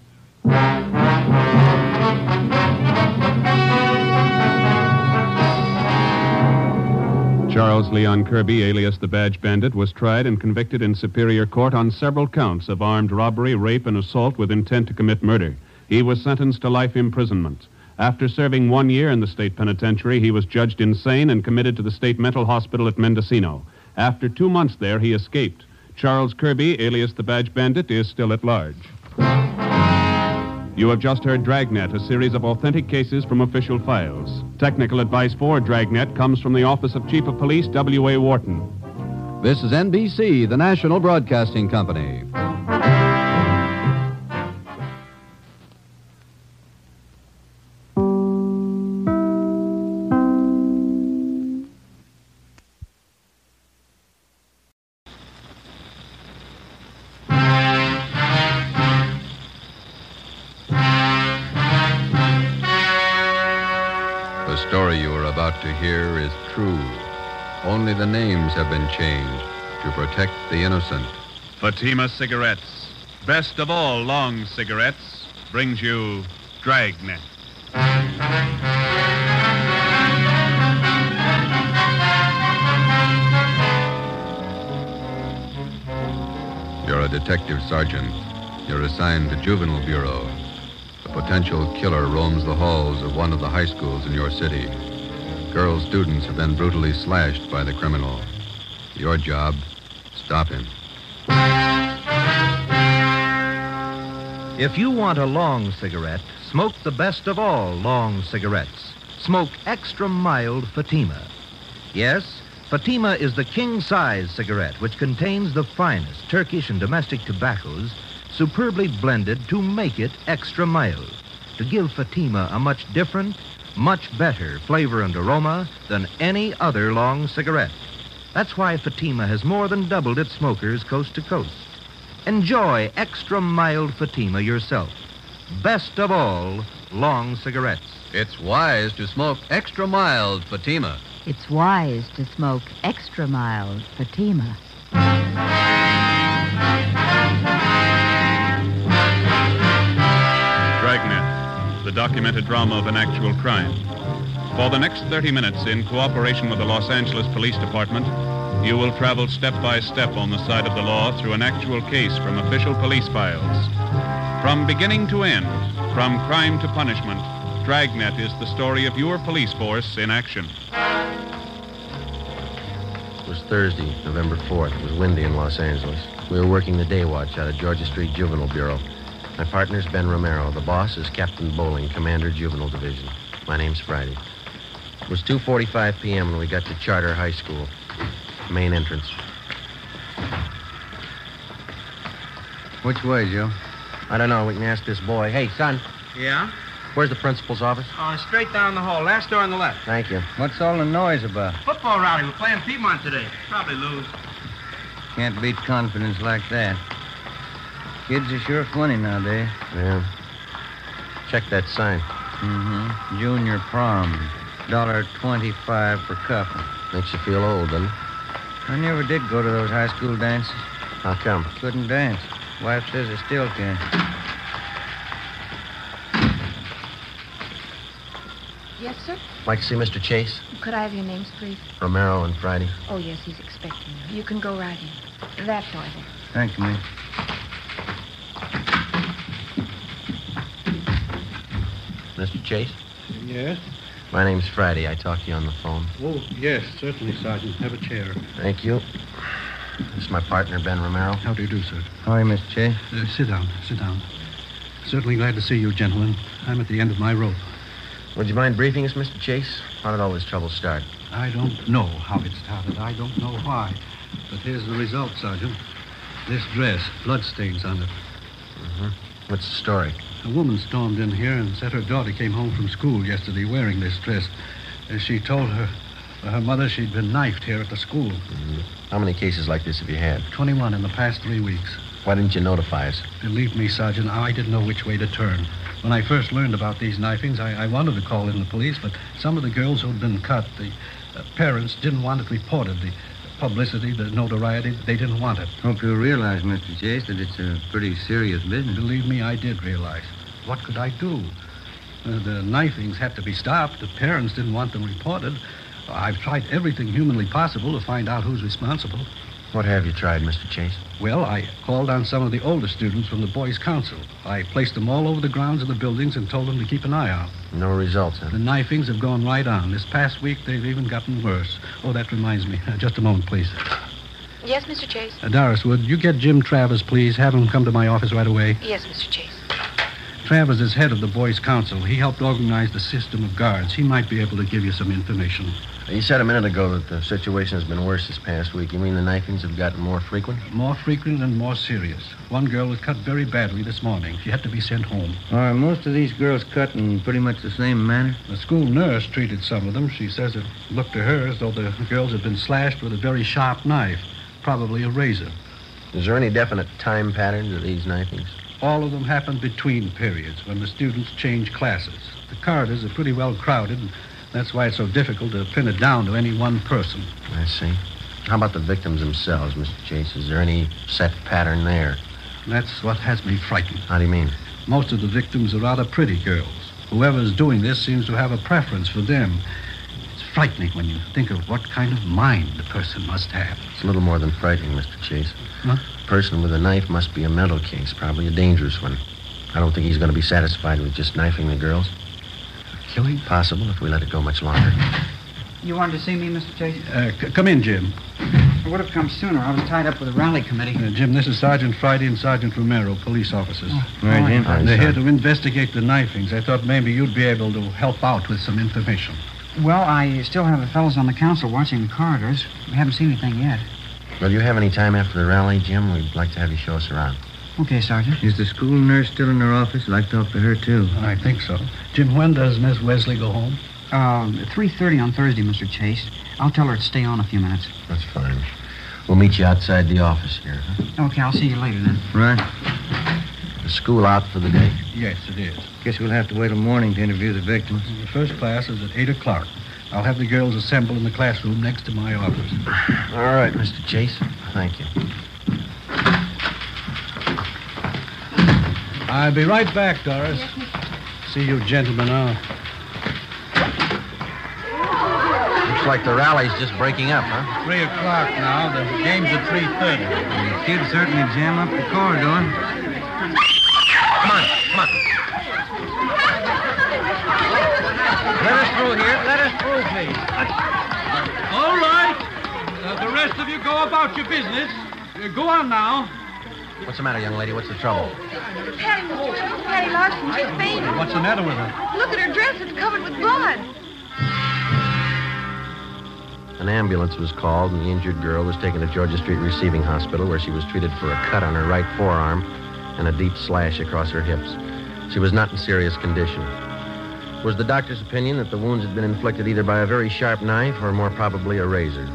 Speaker 3: Charles Leon Kirby, alias the Badge Bandit, was tried and convicted in Superior Court on several counts of armed robbery, rape, and assault with intent to commit murder. He was sentenced to life imprisonment. After serving one year in the state penitentiary, he was judged insane and committed to the state mental hospital at Mendocino. After two months there, he escaped. Charles Kirby, alias the Badge Bandit, is still at large. You have just heard Dragnet, a series of authentic cases from official files. Technical advice for Dragnet comes from the Office of Chief of Police W.A. Wharton.
Speaker 9: This is NBC, the national broadcasting company. about to hear is true. Only the names have been changed to protect the innocent.
Speaker 3: Fatima Cigarettes, best of all long cigarettes, brings you Dragnet.
Speaker 9: You're a detective sergeant. You're assigned to Juvenile Bureau. A potential killer roams the halls of one of the high schools in your city. Girl students have been brutally slashed by the criminal. Your job, stop him.
Speaker 4: If you want a long cigarette, smoke the best of all long cigarettes. Smoke extra mild Fatima. Yes, Fatima is the king size cigarette which contains the finest Turkish and domestic tobaccos superbly blended to make it extra mild, to give Fatima a much different, much better flavor and aroma than any other long cigarette. That's why Fatima has more than doubled its smokers coast to coast. Enjoy extra mild Fatima yourself. Best of all, long cigarettes.
Speaker 2: It's wise to smoke extra mild Fatima.
Speaker 5: It's wise to smoke extra mild Fatima.
Speaker 3: Dragnet, the documented drama of an actual crime. For the next 30 minutes, in cooperation with the Los Angeles Police Department, you will travel step by step on the side of the law through an actual case from official police files. From beginning to end, from crime to punishment, Dragnet is the story of your police force in action.
Speaker 6: It was Thursday, November 4th. It was windy in Los Angeles. We were working the day watch out of Georgia Street Juvenile Bureau. My partner's Ben Romero. The boss is Captain Bowling, Commander Juvenile Division. My name's Friday. It was 2.45 p.m. when we got to Charter High School. Main entrance.
Speaker 17: Which way, Joe?
Speaker 6: I don't know. We can ask this boy. Hey, son,
Speaker 18: Yeah?
Speaker 6: where's the principal's office?
Speaker 18: Uh, straight down the hall, last door on the left.
Speaker 6: Thank you.
Speaker 12: What's all the noise about?
Speaker 18: Football rally. We're playing Piedmont today. Probably lose.
Speaker 12: Can't beat confidence like that. Kids are sure funny nowadays.
Speaker 6: Yeah. Check that sign.
Speaker 12: Mm-hmm. Junior prom. Dollar twenty-five per couple.
Speaker 6: Makes you feel old, doesn't it?
Speaker 12: I never did go to those high school dances.
Speaker 6: How come?
Speaker 12: Couldn't dance. Wife says I still can.
Speaker 14: Yes, sir?
Speaker 6: Like to see Mr. Chase?
Speaker 14: Could I have your names, please?
Speaker 6: Romero and Friday.
Speaker 14: Oh, yes, he's expecting you. You can go right in. That door there.
Speaker 12: Thank you, ma'am.
Speaker 6: Mr. Chase?
Speaker 19: Yes?
Speaker 6: My name's Friday. I talked to you on the phone.
Speaker 19: Oh, yes, certainly, Sergeant. Have a chair.
Speaker 6: Thank you. This is my partner, Ben Romero.
Speaker 19: How do you do, sir?
Speaker 6: How are you, Mr. Chase?
Speaker 19: Uh, sit down, sit down. Certainly glad to see you, gentlemen. I'm at the end of my rope.
Speaker 6: Would you mind briefing us, Mr. Chase? How did all this trouble start?
Speaker 19: I don't know how it started. I don't know why. But here's the result, Sergeant. This dress, bloodstains on it.
Speaker 6: Mm-hmm. What's the story?
Speaker 19: A woman stormed in here and said her daughter came home from school yesterday wearing this dress. Uh, She told her her mother she'd been knifed here at the school.
Speaker 6: How many cases like this have you had?
Speaker 19: 21 in the past three weeks.
Speaker 6: Why didn't you notify us?
Speaker 19: Believe me, Sergeant, I didn't know which way to turn. When I first learned about these knifings, I, I wanted to call in the police, but some of the girls who'd been cut, the uh, parents didn't want it reported. The publicity, the notoriety, they didn't want it.
Speaker 12: Hope you realize, Mr. Chase, that it's a pretty serious business.
Speaker 19: Believe me, I did realize. What could I do? Uh, the knifings had to be stopped. The parents didn't want them reported. I've tried everything humanly possible to find out who's responsible.
Speaker 6: What have you tried, Mr. Chase?
Speaker 19: Well, I called on some of the older students from the Boys' Council. I placed them all over the grounds of the buildings and told them to keep an eye out.
Speaker 6: No results, huh?
Speaker 19: The knifings have gone right on. This past week, they've even gotten worse. Oh, that reminds me. Uh, Just a moment, please.
Speaker 14: Yes, Mr. Chase?
Speaker 19: Uh, Doris, would you get Jim Travers, please? Have him come to my office right away.
Speaker 14: Yes, Mr. Chase.
Speaker 19: Travers is head of the Boys' Council. He helped organize the system of guards. He might be able to give you some information.
Speaker 6: You said a minute ago that the situation has been worse this past week. You mean the knifings have gotten more frequent?
Speaker 19: More frequent and more serious. One girl was cut very badly this morning. She had to be sent home.
Speaker 12: Are most of these girls cut in pretty much the same manner?
Speaker 19: The school nurse treated some of them. She says it looked to her as though the girls had been slashed with a very sharp knife, probably a razor.
Speaker 6: Is there any definite time pattern to these knifings?
Speaker 19: All of them happened between periods when the students change classes. The corridors are pretty well crowded. and That's why it's so difficult to pin it down to any one person.
Speaker 6: I see. How about the victims themselves, Mr. Chase? Is there any set pattern there?
Speaker 19: That's what has me frightened.
Speaker 6: How do you mean?
Speaker 19: Most of the victims are rather pretty girls. Whoever's doing this seems to have a preference for them. It's frightening when you think of what kind of mind the person must have.
Speaker 6: It's a little more than frightening, Mr. Chase.
Speaker 19: Huh?
Speaker 6: The person with a knife must be a mental case, probably a dangerous one. I don't think he's going to be satisfied with just knifing the girls.
Speaker 19: Killing?
Speaker 6: Possible if we let it go much longer.
Speaker 20: You wanted to see me, Mr. Chase?
Speaker 19: Uh, c- come in, Jim.
Speaker 20: I would have come sooner. I was tied up with a rally committee.
Speaker 19: Uh, Jim, this is Sergeant Friday and Sergeant Romero, police officers.
Speaker 20: Right,
Speaker 19: Oh,
Speaker 20: Jim.
Speaker 19: yeah. They're here to investigate the knifings. I thought maybe you'd be able to help out with some information.
Speaker 20: Well, I still have the fellows on the council watching the corridors. We haven't seen anything yet.
Speaker 6: Will you have any time after the rally, Jim? We'd like to have you show us around.
Speaker 20: Okay, Sergeant.
Speaker 12: Is the school nurse still in her office? I'd like to talk to her, too.
Speaker 19: I think so. Jim, when does Miss Wesley go home?
Speaker 20: Um, 3.30 on Thursday, Mr. Chase. I'll tell her to stay on a few minutes.
Speaker 6: That's fine. We'll meet you outside the office here. Huh?
Speaker 20: Okay, I'll see you later then.
Speaker 12: Right.
Speaker 6: The school out for the day?
Speaker 19: Yes, it is.
Speaker 12: Guess we'll have to wait till morning to interview the victims.
Speaker 19: The first class is at 8 o'clock. I'll have the girls assemble in the classroom next to my office.
Speaker 6: All right, Mr. Chase. Thank you.
Speaker 19: I'll be right back, Doris. See you gentlemen out.
Speaker 6: Looks like the rally's just breaking up, huh?
Speaker 19: Three o'clock now. The game's at three thirty.
Speaker 12: The kids certainly jam up the corridor.
Speaker 6: Come on, come on.
Speaker 18: Let us through here. Let us through, please. All right. Uh, the rest of you go about your business. Uh, go on now.
Speaker 6: What's the matter, young lady? What's the trouble?
Speaker 21: Patty, Patty Larson, she's fainted.
Speaker 19: What's the matter with her?
Speaker 21: Look at her dress, it's covered with blood.
Speaker 6: An ambulance was called, and the injured girl was taken to Georgia Street Receiving Hospital, where she was treated for a cut on her right forearm and a deep slash across her hips. She was not in serious condition. It was the doctor's opinion that the wounds had been inflicted either by a very sharp knife or more probably a razor.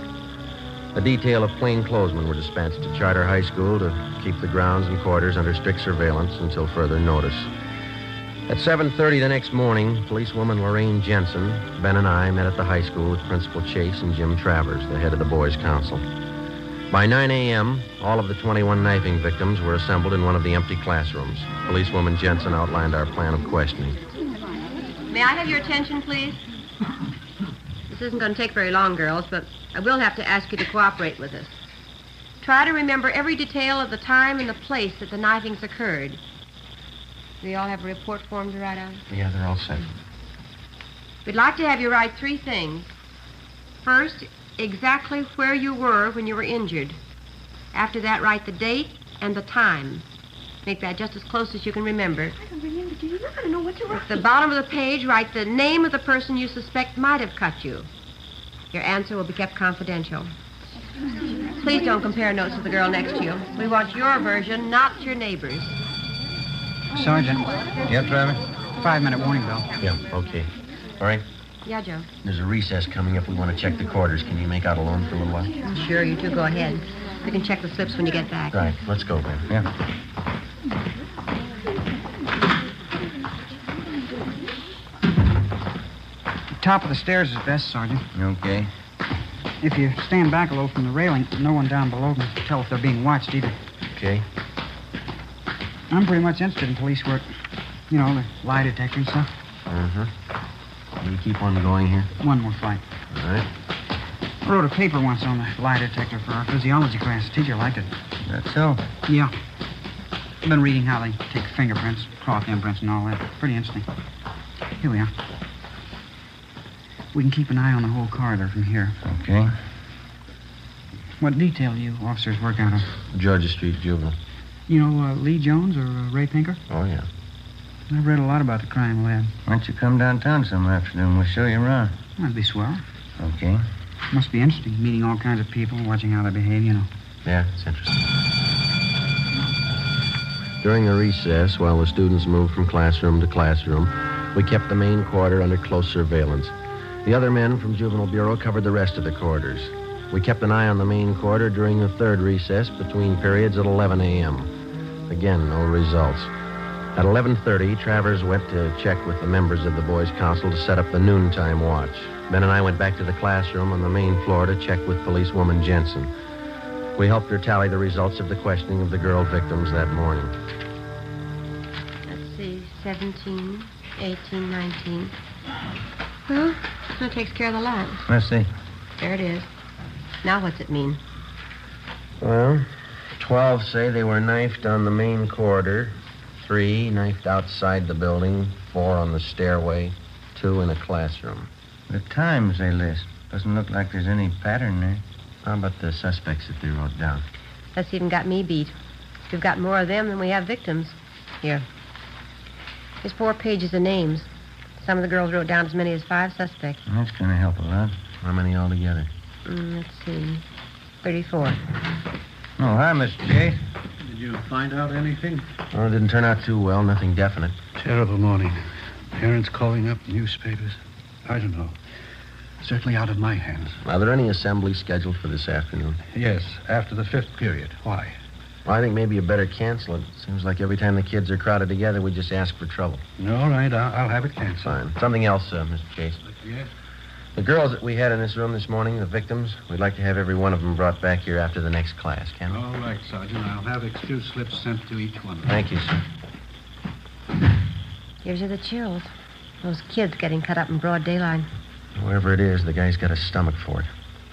Speaker 6: A detail of plainclothesmen were dispatched to Charter High School to keep the grounds and quarters under strict surveillance until further notice. At 7.30 the next morning, policewoman Lorraine Jensen, Ben and I met at the high school with Principal Chase and Jim Travers, the head of the boys' council. By 9 a.m., all of the 21 knifing victims were assembled in one of the empty classrooms. Policewoman Jensen outlined our plan of questioning.
Speaker 22: May I have your attention, please? This isn't going to take very long, girls, but I will have to ask you to cooperate with us. Try to remember every detail of the time and the place that the knifings occurred. We all have a report form to write on.
Speaker 6: Yeah, they're all set.
Speaker 22: We'd like to have you write three things. First, exactly where you were when you were injured. After that, write the date and the time. Make that just as close as you can remember.
Speaker 21: I don't remember. Do you not I don't know what to write?
Speaker 22: At the bottom of the page, write the name of the person you suspect might have cut you. Your answer will be kept confidential. Please don't compare notes with the girl next to you. We want your version, not your neighbor's.
Speaker 11: Sergeant.
Speaker 6: Yeah, Trevor?
Speaker 11: Five-minute warning bell.
Speaker 6: Yeah, okay. All right,
Speaker 22: Yeah, Joe.
Speaker 6: there's a recess coming up. We want to check the quarters. Can you make out alone for a little while?
Speaker 22: Sure, you two go ahead. We can check the slips when you get back.
Speaker 6: Right, let's go, Ben. Yeah.
Speaker 11: Top of the stairs is best, Sergeant.
Speaker 12: Okay.
Speaker 11: If you stand back a little from the railing, no one down below can tell if they're being watched either.
Speaker 6: Okay.
Speaker 11: I'm pretty much interested in police work. You know, the lie detector and stuff.
Speaker 6: Uh-huh. Can we keep on going here?
Speaker 11: One more flight.
Speaker 6: All right.
Speaker 11: I wrote a paper once on the lie detector for our physiology class. The teacher liked it.
Speaker 12: That's so.
Speaker 11: Yeah. I've been reading how they take fingerprints, cloth imprints, and all that. Pretty interesting. Here we are. We can keep an eye on the whole corridor from here.
Speaker 12: Okay.
Speaker 11: What detail do you officers work out of?
Speaker 6: Georgia Street Juvenile.
Speaker 11: You know uh, Lee Jones or uh, Ray Pinker?
Speaker 6: Oh, yeah.
Speaker 11: I've read a lot about the crime lab.
Speaker 12: Why don't you come downtown some afternoon? We'll show you around.
Speaker 11: That'd be swell.
Speaker 12: Okay.
Speaker 11: Must be interesting, meeting all kinds of people, watching how they behave, you know.
Speaker 6: Yeah, it's interesting. During the recess, while the students moved from classroom to classroom, we kept the main quarter under close surveillance. The other men from Juvenile Bureau covered the rest of the corridors. We kept an eye on the main corridor during the third recess between periods at 11 a.m. Again, no results. At 11:30, Travers went to check with the members of the boys' council to set up the noontime watch. Ben and I went back to the classroom on the main floor to check with policewoman Jensen. We helped her tally the results of the questioning of the girl victims that morning.
Speaker 22: Let's see, 17, 18, 19. Well, this one takes care of the lot.
Speaker 12: Let's see.
Speaker 22: There it is. Now what's it mean?
Speaker 6: Well, 12 say they were knifed on the main corridor, three knifed outside the building, four on the stairway, two in a classroom.
Speaker 12: The times they list. Doesn't look like there's any pattern there.
Speaker 6: How about the suspects that they wrote down?
Speaker 22: That's even got me beat. We've got more of them than we have victims. Here. There's four pages of names. Some of the girls wrote down as many as five suspects.
Speaker 12: That's going to help a lot.
Speaker 6: How many altogether?
Speaker 22: Mm, let's see. 34.
Speaker 12: Oh, hi, Miss J.
Speaker 19: Did you find out anything?
Speaker 6: Well, it didn't turn out too well, nothing definite.
Speaker 19: Terrible morning. Parents calling up newspapers. I don't know. Certainly out of my hands.
Speaker 6: Are there any assemblies scheduled for this afternoon?
Speaker 19: Yes, after the fifth period. Why?
Speaker 6: Well, I think maybe you better cancel it. Seems like every time the kids are crowded together, we just ask for trouble.
Speaker 19: All right, I'll, I'll have it canceled.
Speaker 6: Fine. Something else, uh, Mr. Chase.
Speaker 19: Yes?
Speaker 6: The girls that we had in this room this morning, the victims, we'd like to have every one of them brought back here after the next class, can we?
Speaker 19: All right, Sergeant. I'll have excuse slips sent to each one.
Speaker 6: Thank you, sir.
Speaker 22: Gives you the chills. Those kids getting cut up in broad daylight.
Speaker 6: Whoever it is, the guy's got a stomach for it.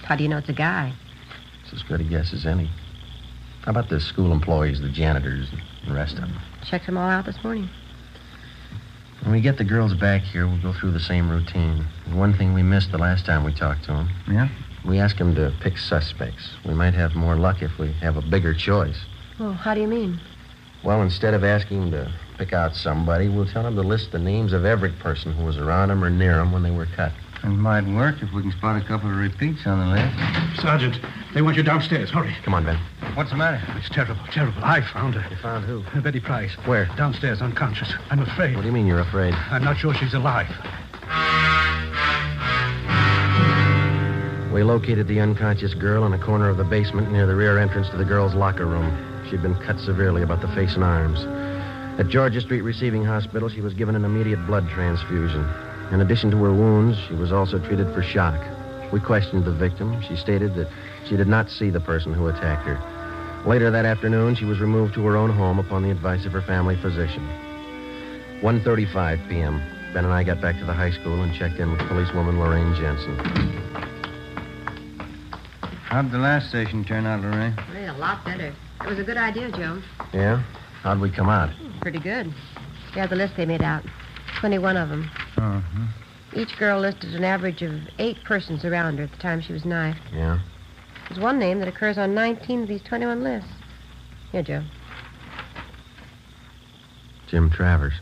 Speaker 22: How do you know it's a guy?
Speaker 6: It's as good a guess as any. How about the school employees, the janitors, and the rest of them?
Speaker 22: Checked them all out this morning.
Speaker 6: When we get the girls back here, we'll go through the same routine. One thing we missed the last time we talked to them.
Speaker 12: Yeah?
Speaker 6: We asked them to pick suspects. We might have more luck if we have a bigger choice.
Speaker 22: Well, how do you mean?
Speaker 6: Well, instead of asking them to pick out somebody, we'll tell them to list the names of every person who was around them or near them when they were cut.
Speaker 12: It might work if we can spot a couple of repeats on the list.
Speaker 19: Sergeant, they want you downstairs. Hurry.
Speaker 6: Come on, Ben.
Speaker 12: What's the matter?
Speaker 19: It's terrible, terrible. I found her.
Speaker 6: You found who?
Speaker 19: Betty Price.
Speaker 6: Where?
Speaker 19: Downstairs, unconscious. I'm afraid.
Speaker 6: What do you mean you're afraid?
Speaker 19: I'm not sure she's alive.
Speaker 6: We located the unconscious girl in a corner of the basement near the rear entrance to the girls' locker room. She'd been cut severely about the face and arms. At Georgia Street Receiving Hospital, she was given an immediate blood transfusion. In addition to her wounds, she was also treated for shock. We questioned the victim. She stated that she did not see the person who attacked her. Later that afternoon, she was removed to her own home upon the advice of her family physician. 1.35 p.m. Ben and I got back to the high school and checked in with policewoman Lorraine Jensen.
Speaker 12: How'd the last station turn out, Lorraine?
Speaker 22: Really, a lot better. It was a good idea, Joe.
Speaker 6: Yeah? How'd we come out?
Speaker 22: Pretty good. Yeah, the list they made out. 21 of them.
Speaker 12: Uh-huh.
Speaker 22: Each girl listed an average of eight persons around her at the time she was knifed.
Speaker 6: Yeah?
Speaker 22: There's one name that occurs on 19 of these 21 lists. Here, Joe.
Speaker 6: Jim Travers.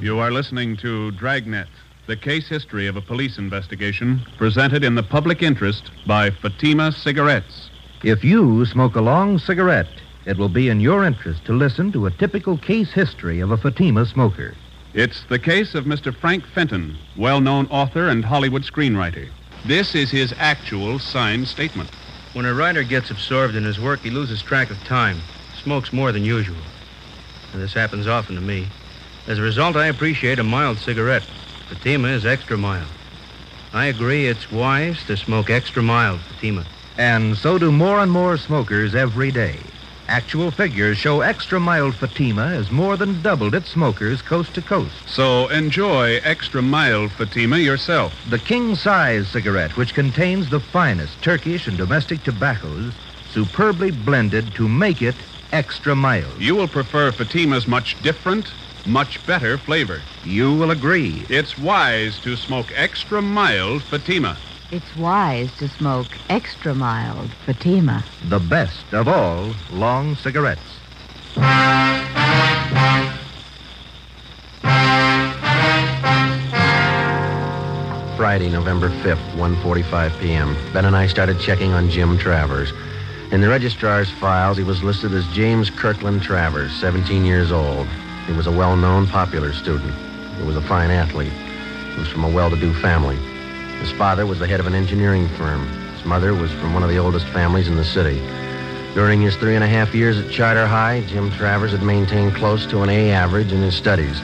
Speaker 3: You are listening to Dragnet, the case history of a police investigation presented in the public interest by Fatima Cigarettes.
Speaker 4: If you smoke a long cigarette, it will be in your interest to listen to a typical case history of a Fatima smoker.
Speaker 3: It's the case of Mr. Frank Fenton, well known author and Hollywood screenwriter. This is his actual signed statement.
Speaker 10: When a writer gets absorbed in his work, he loses track of time, smokes more than usual. And this happens often to me. As a result, I appreciate a mild cigarette. Fatima is extra mild. I agree it's wise to smoke extra mild Fatima.
Speaker 4: And so do more and more smokers every day. Actual figures show extra mild Fatima has more than doubled its smokers coast to coast.
Speaker 3: So enjoy extra mild Fatima yourself.
Speaker 4: The king size cigarette, which contains the finest Turkish and domestic tobaccos, superbly blended to make it extra mild.
Speaker 3: You will prefer Fatima's much different, much better flavor.
Speaker 4: You will agree.
Speaker 3: It's wise to smoke extra mild Fatima.
Speaker 5: It's wise to smoke extra mild Fatima.
Speaker 4: The best of all long cigarettes.
Speaker 6: Friday, November 5th, 1.45 p.m. Ben and I started checking on Jim Travers. In the registrar's files, he was listed as James Kirkland Travers, 17 years old. He was a well known, popular student. He was a fine athlete. He was from a well to do family. His father was the head of an engineering firm. His mother was from one of the oldest families in the city. During his three and a half years at Charter High, Jim Travers had maintained close to an A average in his studies.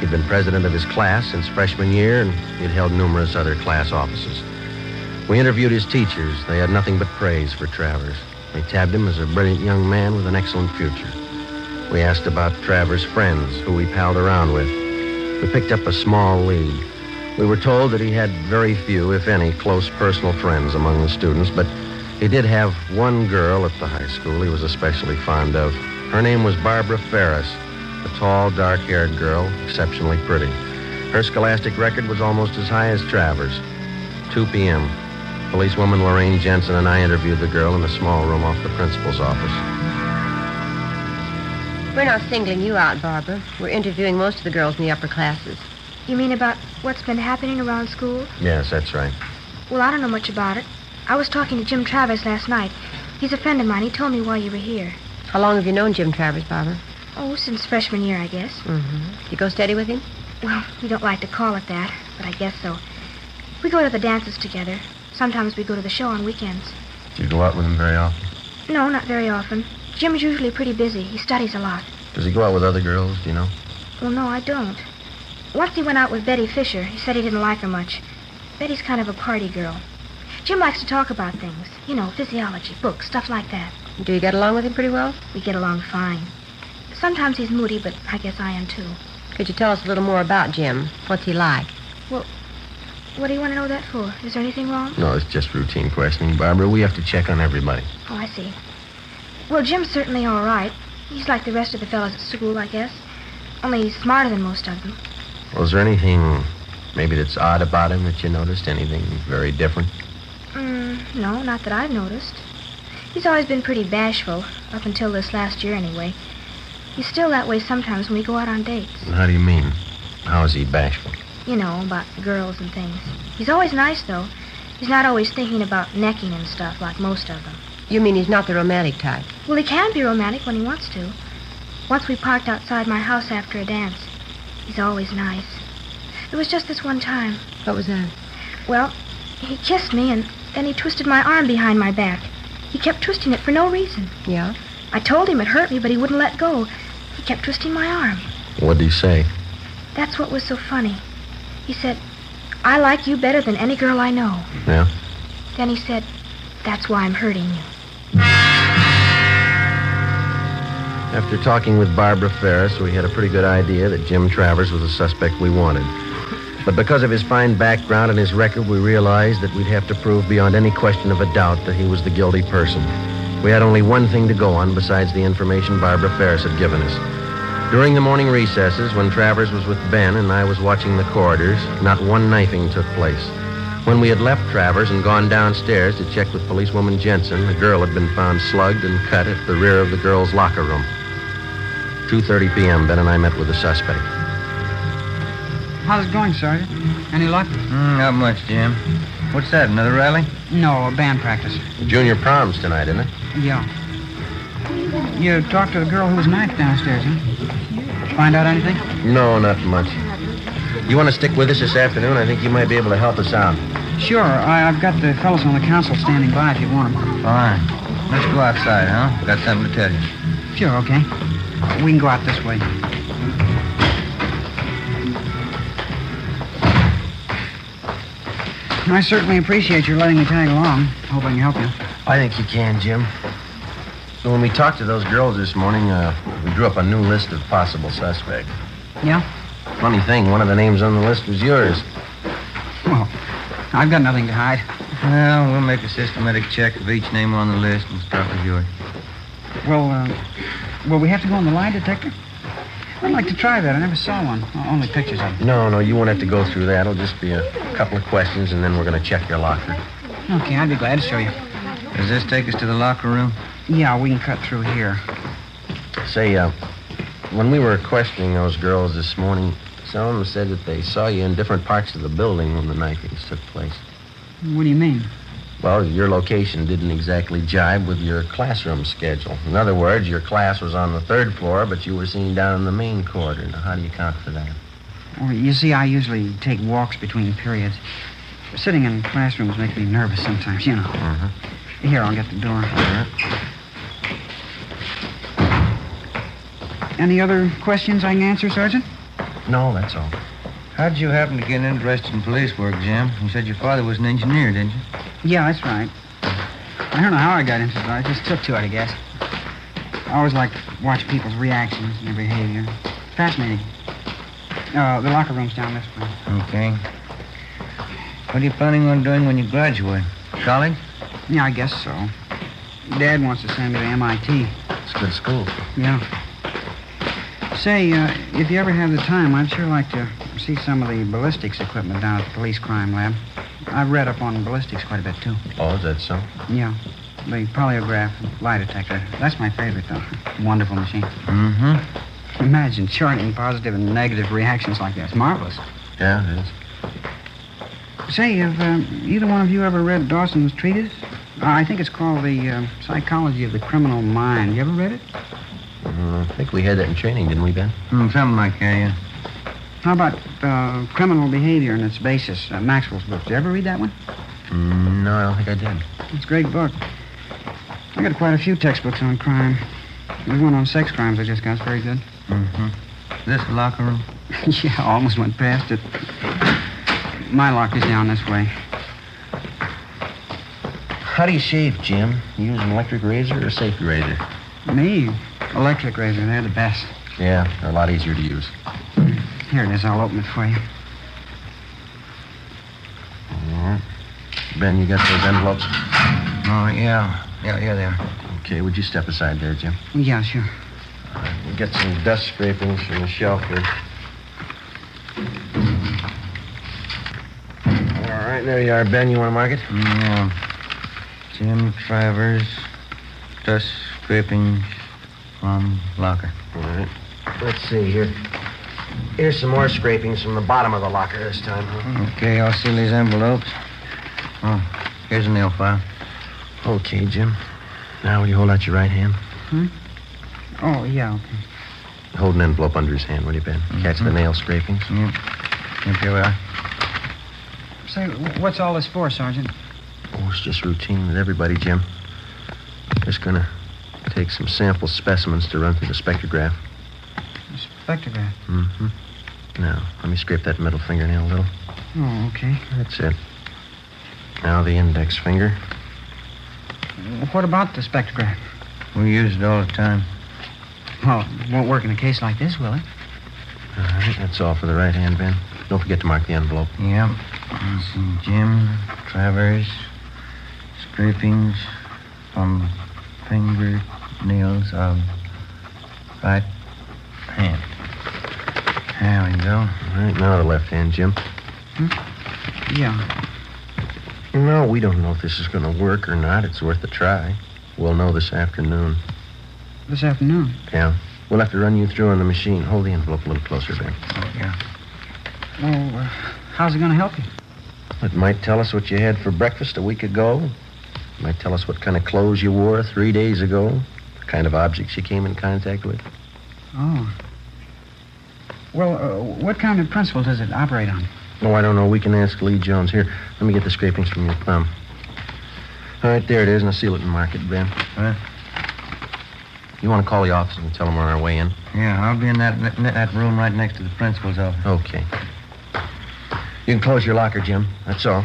Speaker 6: He'd been president of his class since freshman year, and he'd held numerous other class offices. We interviewed his teachers. They had nothing but praise for Travers. They tabbed him as a brilliant young man with an excellent future. We asked about Travers' friends, who we palled around with. We picked up a small lead. We were told that he had very few, if any, close personal friends among the students, but he did have one girl at the high school he was especially fond of. Her name was Barbara Ferris, a tall, dark haired girl, exceptionally pretty. Her scholastic record was almost as high as Travers. 2 p.m. Policewoman Lorraine Jensen and I interviewed the girl in a small room off the principal's office.
Speaker 22: We're not singling you out, Barbara. We're interviewing most of the girls in the upper classes.
Speaker 23: You mean about what's been happening around school?
Speaker 6: Yes, that's right.
Speaker 23: Well, I don't know much about it. I was talking to Jim Travers last night. He's a friend of mine. He told me why you were here.
Speaker 22: How long have you known Jim Travers, Barbara?
Speaker 23: Oh, since freshman year, I guess.
Speaker 22: Mm-hmm. You go steady with him?
Speaker 23: Well, we don't like to call it that, but I guess so. We go to the dances together. Sometimes we go to the show on weekends.
Speaker 6: Do you go out with him very often?
Speaker 23: No, not very often. Jim's usually pretty busy. He studies a lot.
Speaker 6: Does he go out with other girls, do you know?
Speaker 23: Well, no, I don't. Once he went out with Betty Fisher. He said he didn't like her much. Betty's kind of a party girl. Jim likes to talk about things. You know, physiology, books, stuff like that.
Speaker 22: Do you get along with him pretty well?
Speaker 23: We get along fine. Sometimes he's moody, but I guess I am too.
Speaker 22: Could you tell us a little more about Jim? What's he like?
Speaker 23: Well, what do you want to know that for? Is there anything wrong?
Speaker 6: No, it's just routine questioning, Barbara. We have to check on everybody.
Speaker 23: Oh, I see. Well, Jim's certainly all right. He's like the rest of the fellows at school, I guess. Only he's smarter than most of them.
Speaker 6: Well, is there anything maybe that's odd about him that you noticed? Anything very different?
Speaker 23: Mm, no, not that I've noticed. He's always been pretty bashful, up until this last year anyway. He's still that way sometimes when we go out on dates.
Speaker 6: How do you mean? How is he bashful?
Speaker 23: You know, about girls and things. He's always nice, though. He's not always thinking about necking and stuff like most of them.
Speaker 22: You mean he's not the romantic type?
Speaker 23: Well, he can be romantic when he wants to. Once we parked outside my house after a dance. He's always nice. It was just this one time.
Speaker 22: What was that?
Speaker 23: Well, he kissed me and then he twisted my arm behind my back. He kept twisting it for no reason.
Speaker 22: Yeah?
Speaker 23: I told him it hurt me, but he wouldn't let go. He kept twisting my arm.
Speaker 6: What did he say?
Speaker 23: That's what was so funny. He said, I like you better than any girl I know.
Speaker 6: Yeah?
Speaker 23: Then he said, That's why I'm hurting you.
Speaker 6: After talking with Barbara Ferris, we had a pretty good idea that Jim Travers was the suspect we wanted. But because of his fine background and his record, we realized that we'd have to prove beyond any question of a doubt that he was the guilty person. We had only one thing to go on besides the information Barbara Ferris had given us. During the morning recesses, when Travers was with Ben and I was watching the corridors, not one knifing took place. When we had left Travers and gone downstairs to check with policewoman Jensen, the girl had been found slugged and cut at the rear of the girls' locker room. 2.30 p.m., Ben and I met with the suspect.
Speaker 20: How's it going, Sergeant? Any luck?
Speaker 12: Mm, not much, Jim. What's that, another rally?
Speaker 20: No, a band practice.
Speaker 6: Junior prom's tonight, isn't it?
Speaker 20: Yeah. You talked to the girl who was knifed downstairs, huh? Find out anything?
Speaker 6: No, not much. You want to stick with us this afternoon? I think you might be able to help us out.
Speaker 20: Sure. I, I've got the fellows on the council standing by if you want them.
Speaker 12: Fine. Let's go outside, huh? Got something to tell you.
Speaker 20: Sure, okay. We can go out this way. I certainly appreciate your letting me tag along. Hope I can help you.
Speaker 6: I think you can, Jim. So when we talked to those girls this morning, uh, we drew up a new list of possible suspects.
Speaker 20: Yeah?
Speaker 6: Funny thing, one of the names on the list was yours.
Speaker 20: Well, I've got nothing to hide.
Speaker 12: Well, we'll make a systematic check of each name on the list and start with yours.
Speaker 20: Well, uh, will we have to go on the lie detector? I'd like to try that. I never saw one. O- Only pictures of them.
Speaker 6: No, no, you won't have to go through that. It'll just be a couple of questions, and then we're going to check your locker.
Speaker 20: Okay, I'd be glad to show you.
Speaker 12: Does this take us to the locker room?
Speaker 20: Yeah, we can cut through here.
Speaker 6: Say, uh, when we were questioning those girls this morning, some of them said that they saw you in different parts of the building when the knifings took place.
Speaker 20: What do you mean?
Speaker 6: Well, your location didn't exactly jibe with your classroom schedule. In other words, your class was on the third floor, but you were seen down in the main corridor. Now, how do you account for that?
Speaker 20: Well, you see, I usually take walks between periods. Sitting in classrooms make me nervous sometimes, you know.
Speaker 12: Mm-hmm.
Speaker 20: Here, I'll get the door. Any other questions I can answer, Sergeant?
Speaker 6: No, that's all.
Speaker 12: How did you happen to get interested in police work, Jim? You said your father was an engineer, didn't you?
Speaker 20: Yeah, that's right. I don't know how I got into it. I just took to it, I guess. I always like to watch people's reactions and their behavior. Fascinating. Uh, the locker room's down this way.
Speaker 12: Okay. What are you planning on doing when you graduate? College?
Speaker 20: Yeah, I guess so. Dad wants to send me to MIT.
Speaker 6: It's a good school.
Speaker 20: Yeah. Say, uh, if you ever have the time, I'd sure like to see some of the ballistics equipment down at the police crime lab. I've read up on ballistics quite a bit, too.
Speaker 6: Oh, is that so?
Speaker 20: Yeah. The polygraph and lie detector. That's my favorite, though. Wonderful machine.
Speaker 6: Mm-hmm.
Speaker 20: Imagine charting positive and negative reactions like that. It's marvelous.
Speaker 6: Yeah, it is.
Speaker 20: Say, have um, either one of you ever read Dawson's treatise? Uh, I think it's called The um Psychology of the Criminal Mind. You ever read it?
Speaker 6: Mm, I think we had that in training, didn't we, Ben?
Speaker 20: something like that, yeah. How about uh, Criminal Behavior and Its Basis, uh, Maxwell's book? Did you ever read that one?
Speaker 6: Mm, no, I don't think I did.
Speaker 20: It's a great book. I got quite a few textbooks on crime. There's one on sex crimes I just got. It's very good.
Speaker 12: Mm-hmm. This locker room?
Speaker 20: yeah, I almost went past it. My locker's down this way.
Speaker 6: How do you shave, Jim? You use an electric razor or a safety razor?
Speaker 20: Me? Electric razor. They're the best.
Speaker 6: Yeah, they're a lot easier to use.
Speaker 20: Here it is. I'll open it for you.
Speaker 6: All right. Mm-hmm. Ben, you got those envelopes?
Speaker 12: Oh, yeah. Yeah, yeah, they are.
Speaker 6: Okay, would you step aside there, Jim?
Speaker 20: Yeah, sure.
Speaker 6: We'll get some dust scrapings from the shelf here. All right, there you are, Ben. You want to mark it?
Speaker 12: Yeah. Jim Travers, dust scrapings from locker.
Speaker 6: All right. Let's see here. Here's some more scrapings from the bottom of the locker this time. Huh?
Speaker 12: Okay, I'll seal these envelopes. Oh, here's a nail file.
Speaker 6: Okay, Jim. Now, will you hold out your right hand?
Speaker 20: Oh, yeah, okay.
Speaker 6: Hold an envelope under his hand, will you, Ben? Catch the nail scrapings.
Speaker 12: Yep. here we are.
Speaker 20: Say, wh- what's all this for, Sergeant?
Speaker 6: Oh, it's just routine with everybody, Jim. Just gonna take some sample specimens to run through the spectrograph.
Speaker 20: Spectrograph.
Speaker 6: Mm-hmm. Now, let me scrape that middle fingernail a little.
Speaker 20: Oh, okay.
Speaker 6: That's it. Now the index finger.
Speaker 20: What about the spectrograph?
Speaker 12: We use it all the time.
Speaker 20: Well, it won't work in a case like this, will it?
Speaker 6: All right, that's all for the right hand, Ben. Don't forget to mark the envelope.
Speaker 12: Yep. Let's see, Jim Travers, scrapings from fingernails of right hand.
Speaker 6: There we go. All right, now the left hand, Jim.
Speaker 20: Yeah.
Speaker 6: No, we don't know if this is gonna work or not. It's worth a try. We'll know this afternoon.
Speaker 20: This afternoon.
Speaker 6: Yeah. We'll have to run you through on the machine. Hold the envelope a little closer, Ben.
Speaker 20: Well, uh, how's it going to help you?
Speaker 6: It might tell us what you had for breakfast a week ago. It might tell us what kind of clothes you wore three days ago. The kind of objects you came in contact with.
Speaker 20: Oh. Well, uh, what kind of principle does it operate on?
Speaker 6: Oh, I don't know. We can ask Lee Jones. Here, let me get the scrapings from your thumb. All right, there it is. Now seal it and mark it, Ben.
Speaker 12: Huh?
Speaker 6: You want to call the office and tell them we're on our way in?
Speaker 12: Yeah, I'll be in that, in that room right next to the principal's office.
Speaker 6: Okay. You can close your locker, Jim. That's all.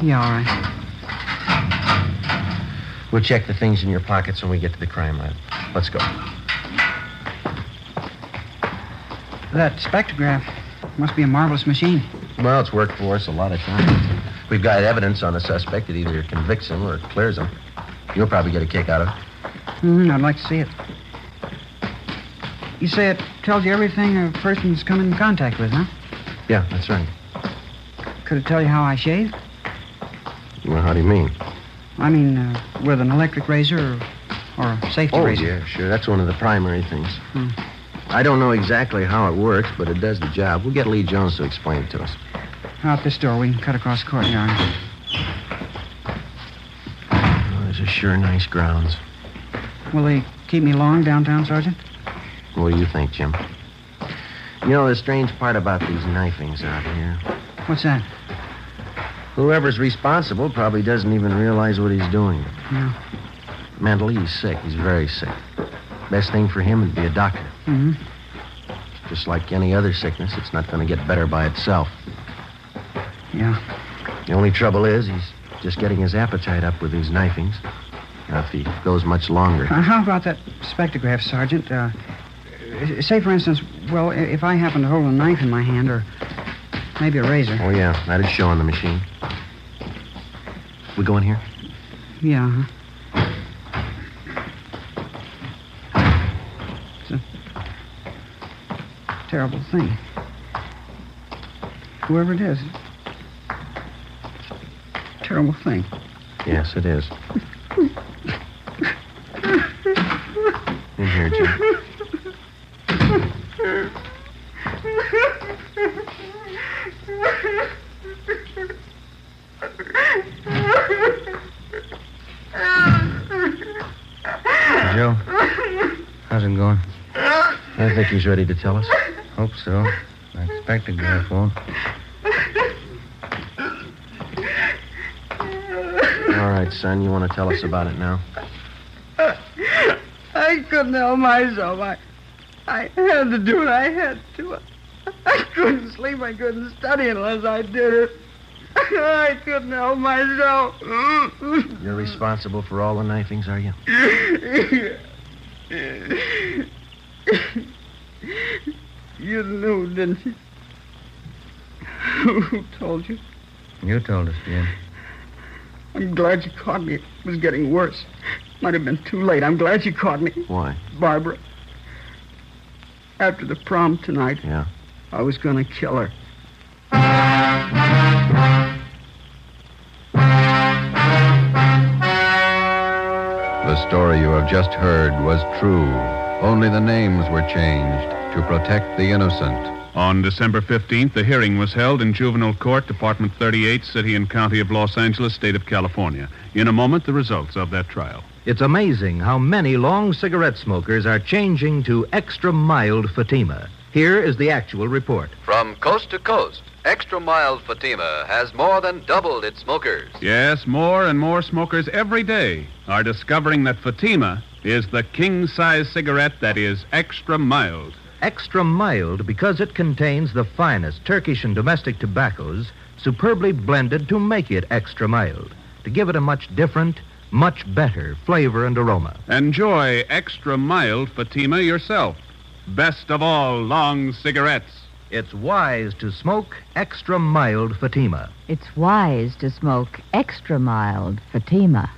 Speaker 20: Yeah, all right.
Speaker 6: We'll check the things in your pockets when we get to the crime lab. Let's go.
Speaker 20: That spectrograph must be a marvelous machine.
Speaker 6: Well, it's worked for us a lot of times. We've got evidence on a suspect that either convicts him or clears him. You'll probably get a kick out of it.
Speaker 20: Mm, I'd like to see it. You say it tells you everything a person's come in contact with, huh?
Speaker 6: Yeah, that's right.
Speaker 20: Could it tell you how I shave?
Speaker 6: Well, how do you mean?
Speaker 20: I mean, uh, with an electric razor or, or a safety
Speaker 6: Oh,
Speaker 20: razor?
Speaker 6: yeah, sure. That's one of the primary things.
Speaker 20: Hmm.
Speaker 6: I don't know exactly how it works, but it does the job. We'll get Lee Jones to explain it to us.
Speaker 20: Out this door, we can cut across the courtyard.
Speaker 6: Well, these Oh, are sure nice grounds.
Speaker 20: Will they keep me long downtown, Sergeant?
Speaker 6: What do you think, Jim? You know, the strange part about these knifings out here,
Speaker 20: What's that?
Speaker 6: Whoever's responsible probably doesn't even realize what he's doing.
Speaker 20: No.
Speaker 6: Mentally, he's sick. He's very sick. Best thing for him would be a doctor.
Speaker 20: Mm-hmm.
Speaker 6: Just like any other sickness, it's not going to get better by itself.
Speaker 20: Yeah.
Speaker 6: The only trouble is, he's just getting his appetite up with these knifings. Now, if he goes much longer.
Speaker 20: Uh, how about that spectograph, Sergeant? Uh, uh, say, for instance, well, i- if I happen to hold a knife in my hand or maybe a razor.
Speaker 6: Oh, yeah, that'd show on the machine. We go in here?
Speaker 20: Yeah. uh-huh. huh? It's a terrible thing. Whoever it is. Terrible thing.
Speaker 6: Yes, it is. In here, Jim.
Speaker 12: Joe, how's it going?
Speaker 6: I think he's ready to tell us.
Speaker 12: Hope so. I expect a guy phone.
Speaker 6: All right, son, you want to tell us about it now?
Speaker 21: Mm-hmm. I couldn't help myself. I, I had to do it. I had to. I couldn't sleep. I couldn't study unless I did it. I couldn't help myself. Mm-hmm.
Speaker 6: You're responsible for all the knifings, are you?
Speaker 21: you knew, didn't you? Who told you?
Speaker 12: You told us, Jim.
Speaker 21: I'm glad you caught me. It was getting worse. Might have been too late. I'm glad you caught me.
Speaker 6: Why?
Speaker 21: Barbara. After the prom tonight.
Speaker 6: Yeah.
Speaker 21: I was gonna kill her.
Speaker 9: The story you have just heard was true. Only the names were changed to protect the innocent.
Speaker 3: On December 15th, the hearing was held in Juvenile Court, Department 38, City and County of Los Angeles, State of California. In a moment, the results of that trial.
Speaker 4: It's amazing how many long cigarette smokers are changing to extra mild Fatima. Here is the actual report.
Speaker 2: From coast to coast, Extra Mild Fatima has more than doubled its smokers.
Speaker 3: Yes, more and more smokers every day are discovering that Fatima is the king size cigarette that is extra mild.
Speaker 4: Extra mild because it contains the finest Turkish and domestic tobaccos superbly blended to make it extra mild, to give it a much different, much better flavor and aroma.
Speaker 3: Enjoy extra mild Fatima yourself. Best of all, long cigarettes.
Speaker 4: It's wise to smoke extra mild Fatima.
Speaker 5: It's wise to smoke extra mild Fatima.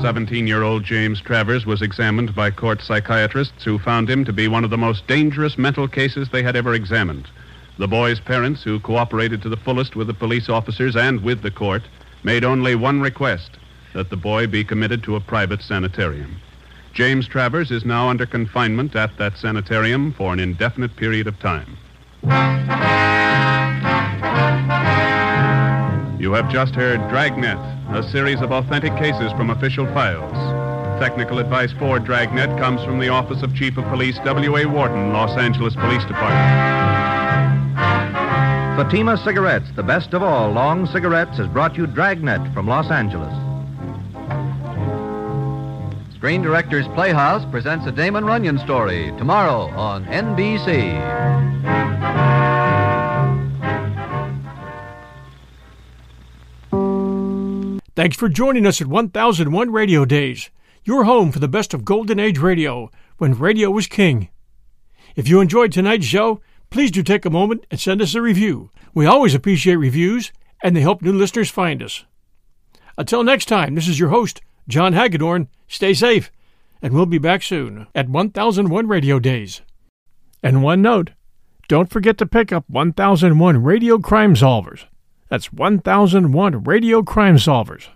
Speaker 3: Seventeen-year-old James Travers was examined by court psychiatrists who found him to be one of the most dangerous mental cases they had ever examined. The boy's parents, who cooperated to the fullest with the police officers and with the court, made only one request that the boy be committed to a private sanitarium. James Travers is now under confinement at that sanitarium for an indefinite period of time. You have just heard Dragnet, a series of authentic cases from official files. Technical advice for Dragnet comes from the Office of Chief of Police W.A. Wharton, Los Angeles Police Department.
Speaker 4: Fatima Cigarettes, the best of all long cigarettes, has brought you Dragnet from Los Angeles.
Speaker 16: Screen Directors Playhouse presents a Damon Runyon story tomorrow on NBC.
Speaker 1: Thanks for joining us at 1001 Radio Days, your home for the best of Golden Age radio, when radio was king. If you enjoyed tonight's show, please do take a moment and send us a review. We always appreciate reviews, and they help new listeners find us. Until next time, this is your host, John Hagedorn. Stay safe, and we'll be back soon at 1001 Radio Days. And one note don't forget to pick up 1001 Radio Crime Solvers. That's 1001 Radio Crime Solvers.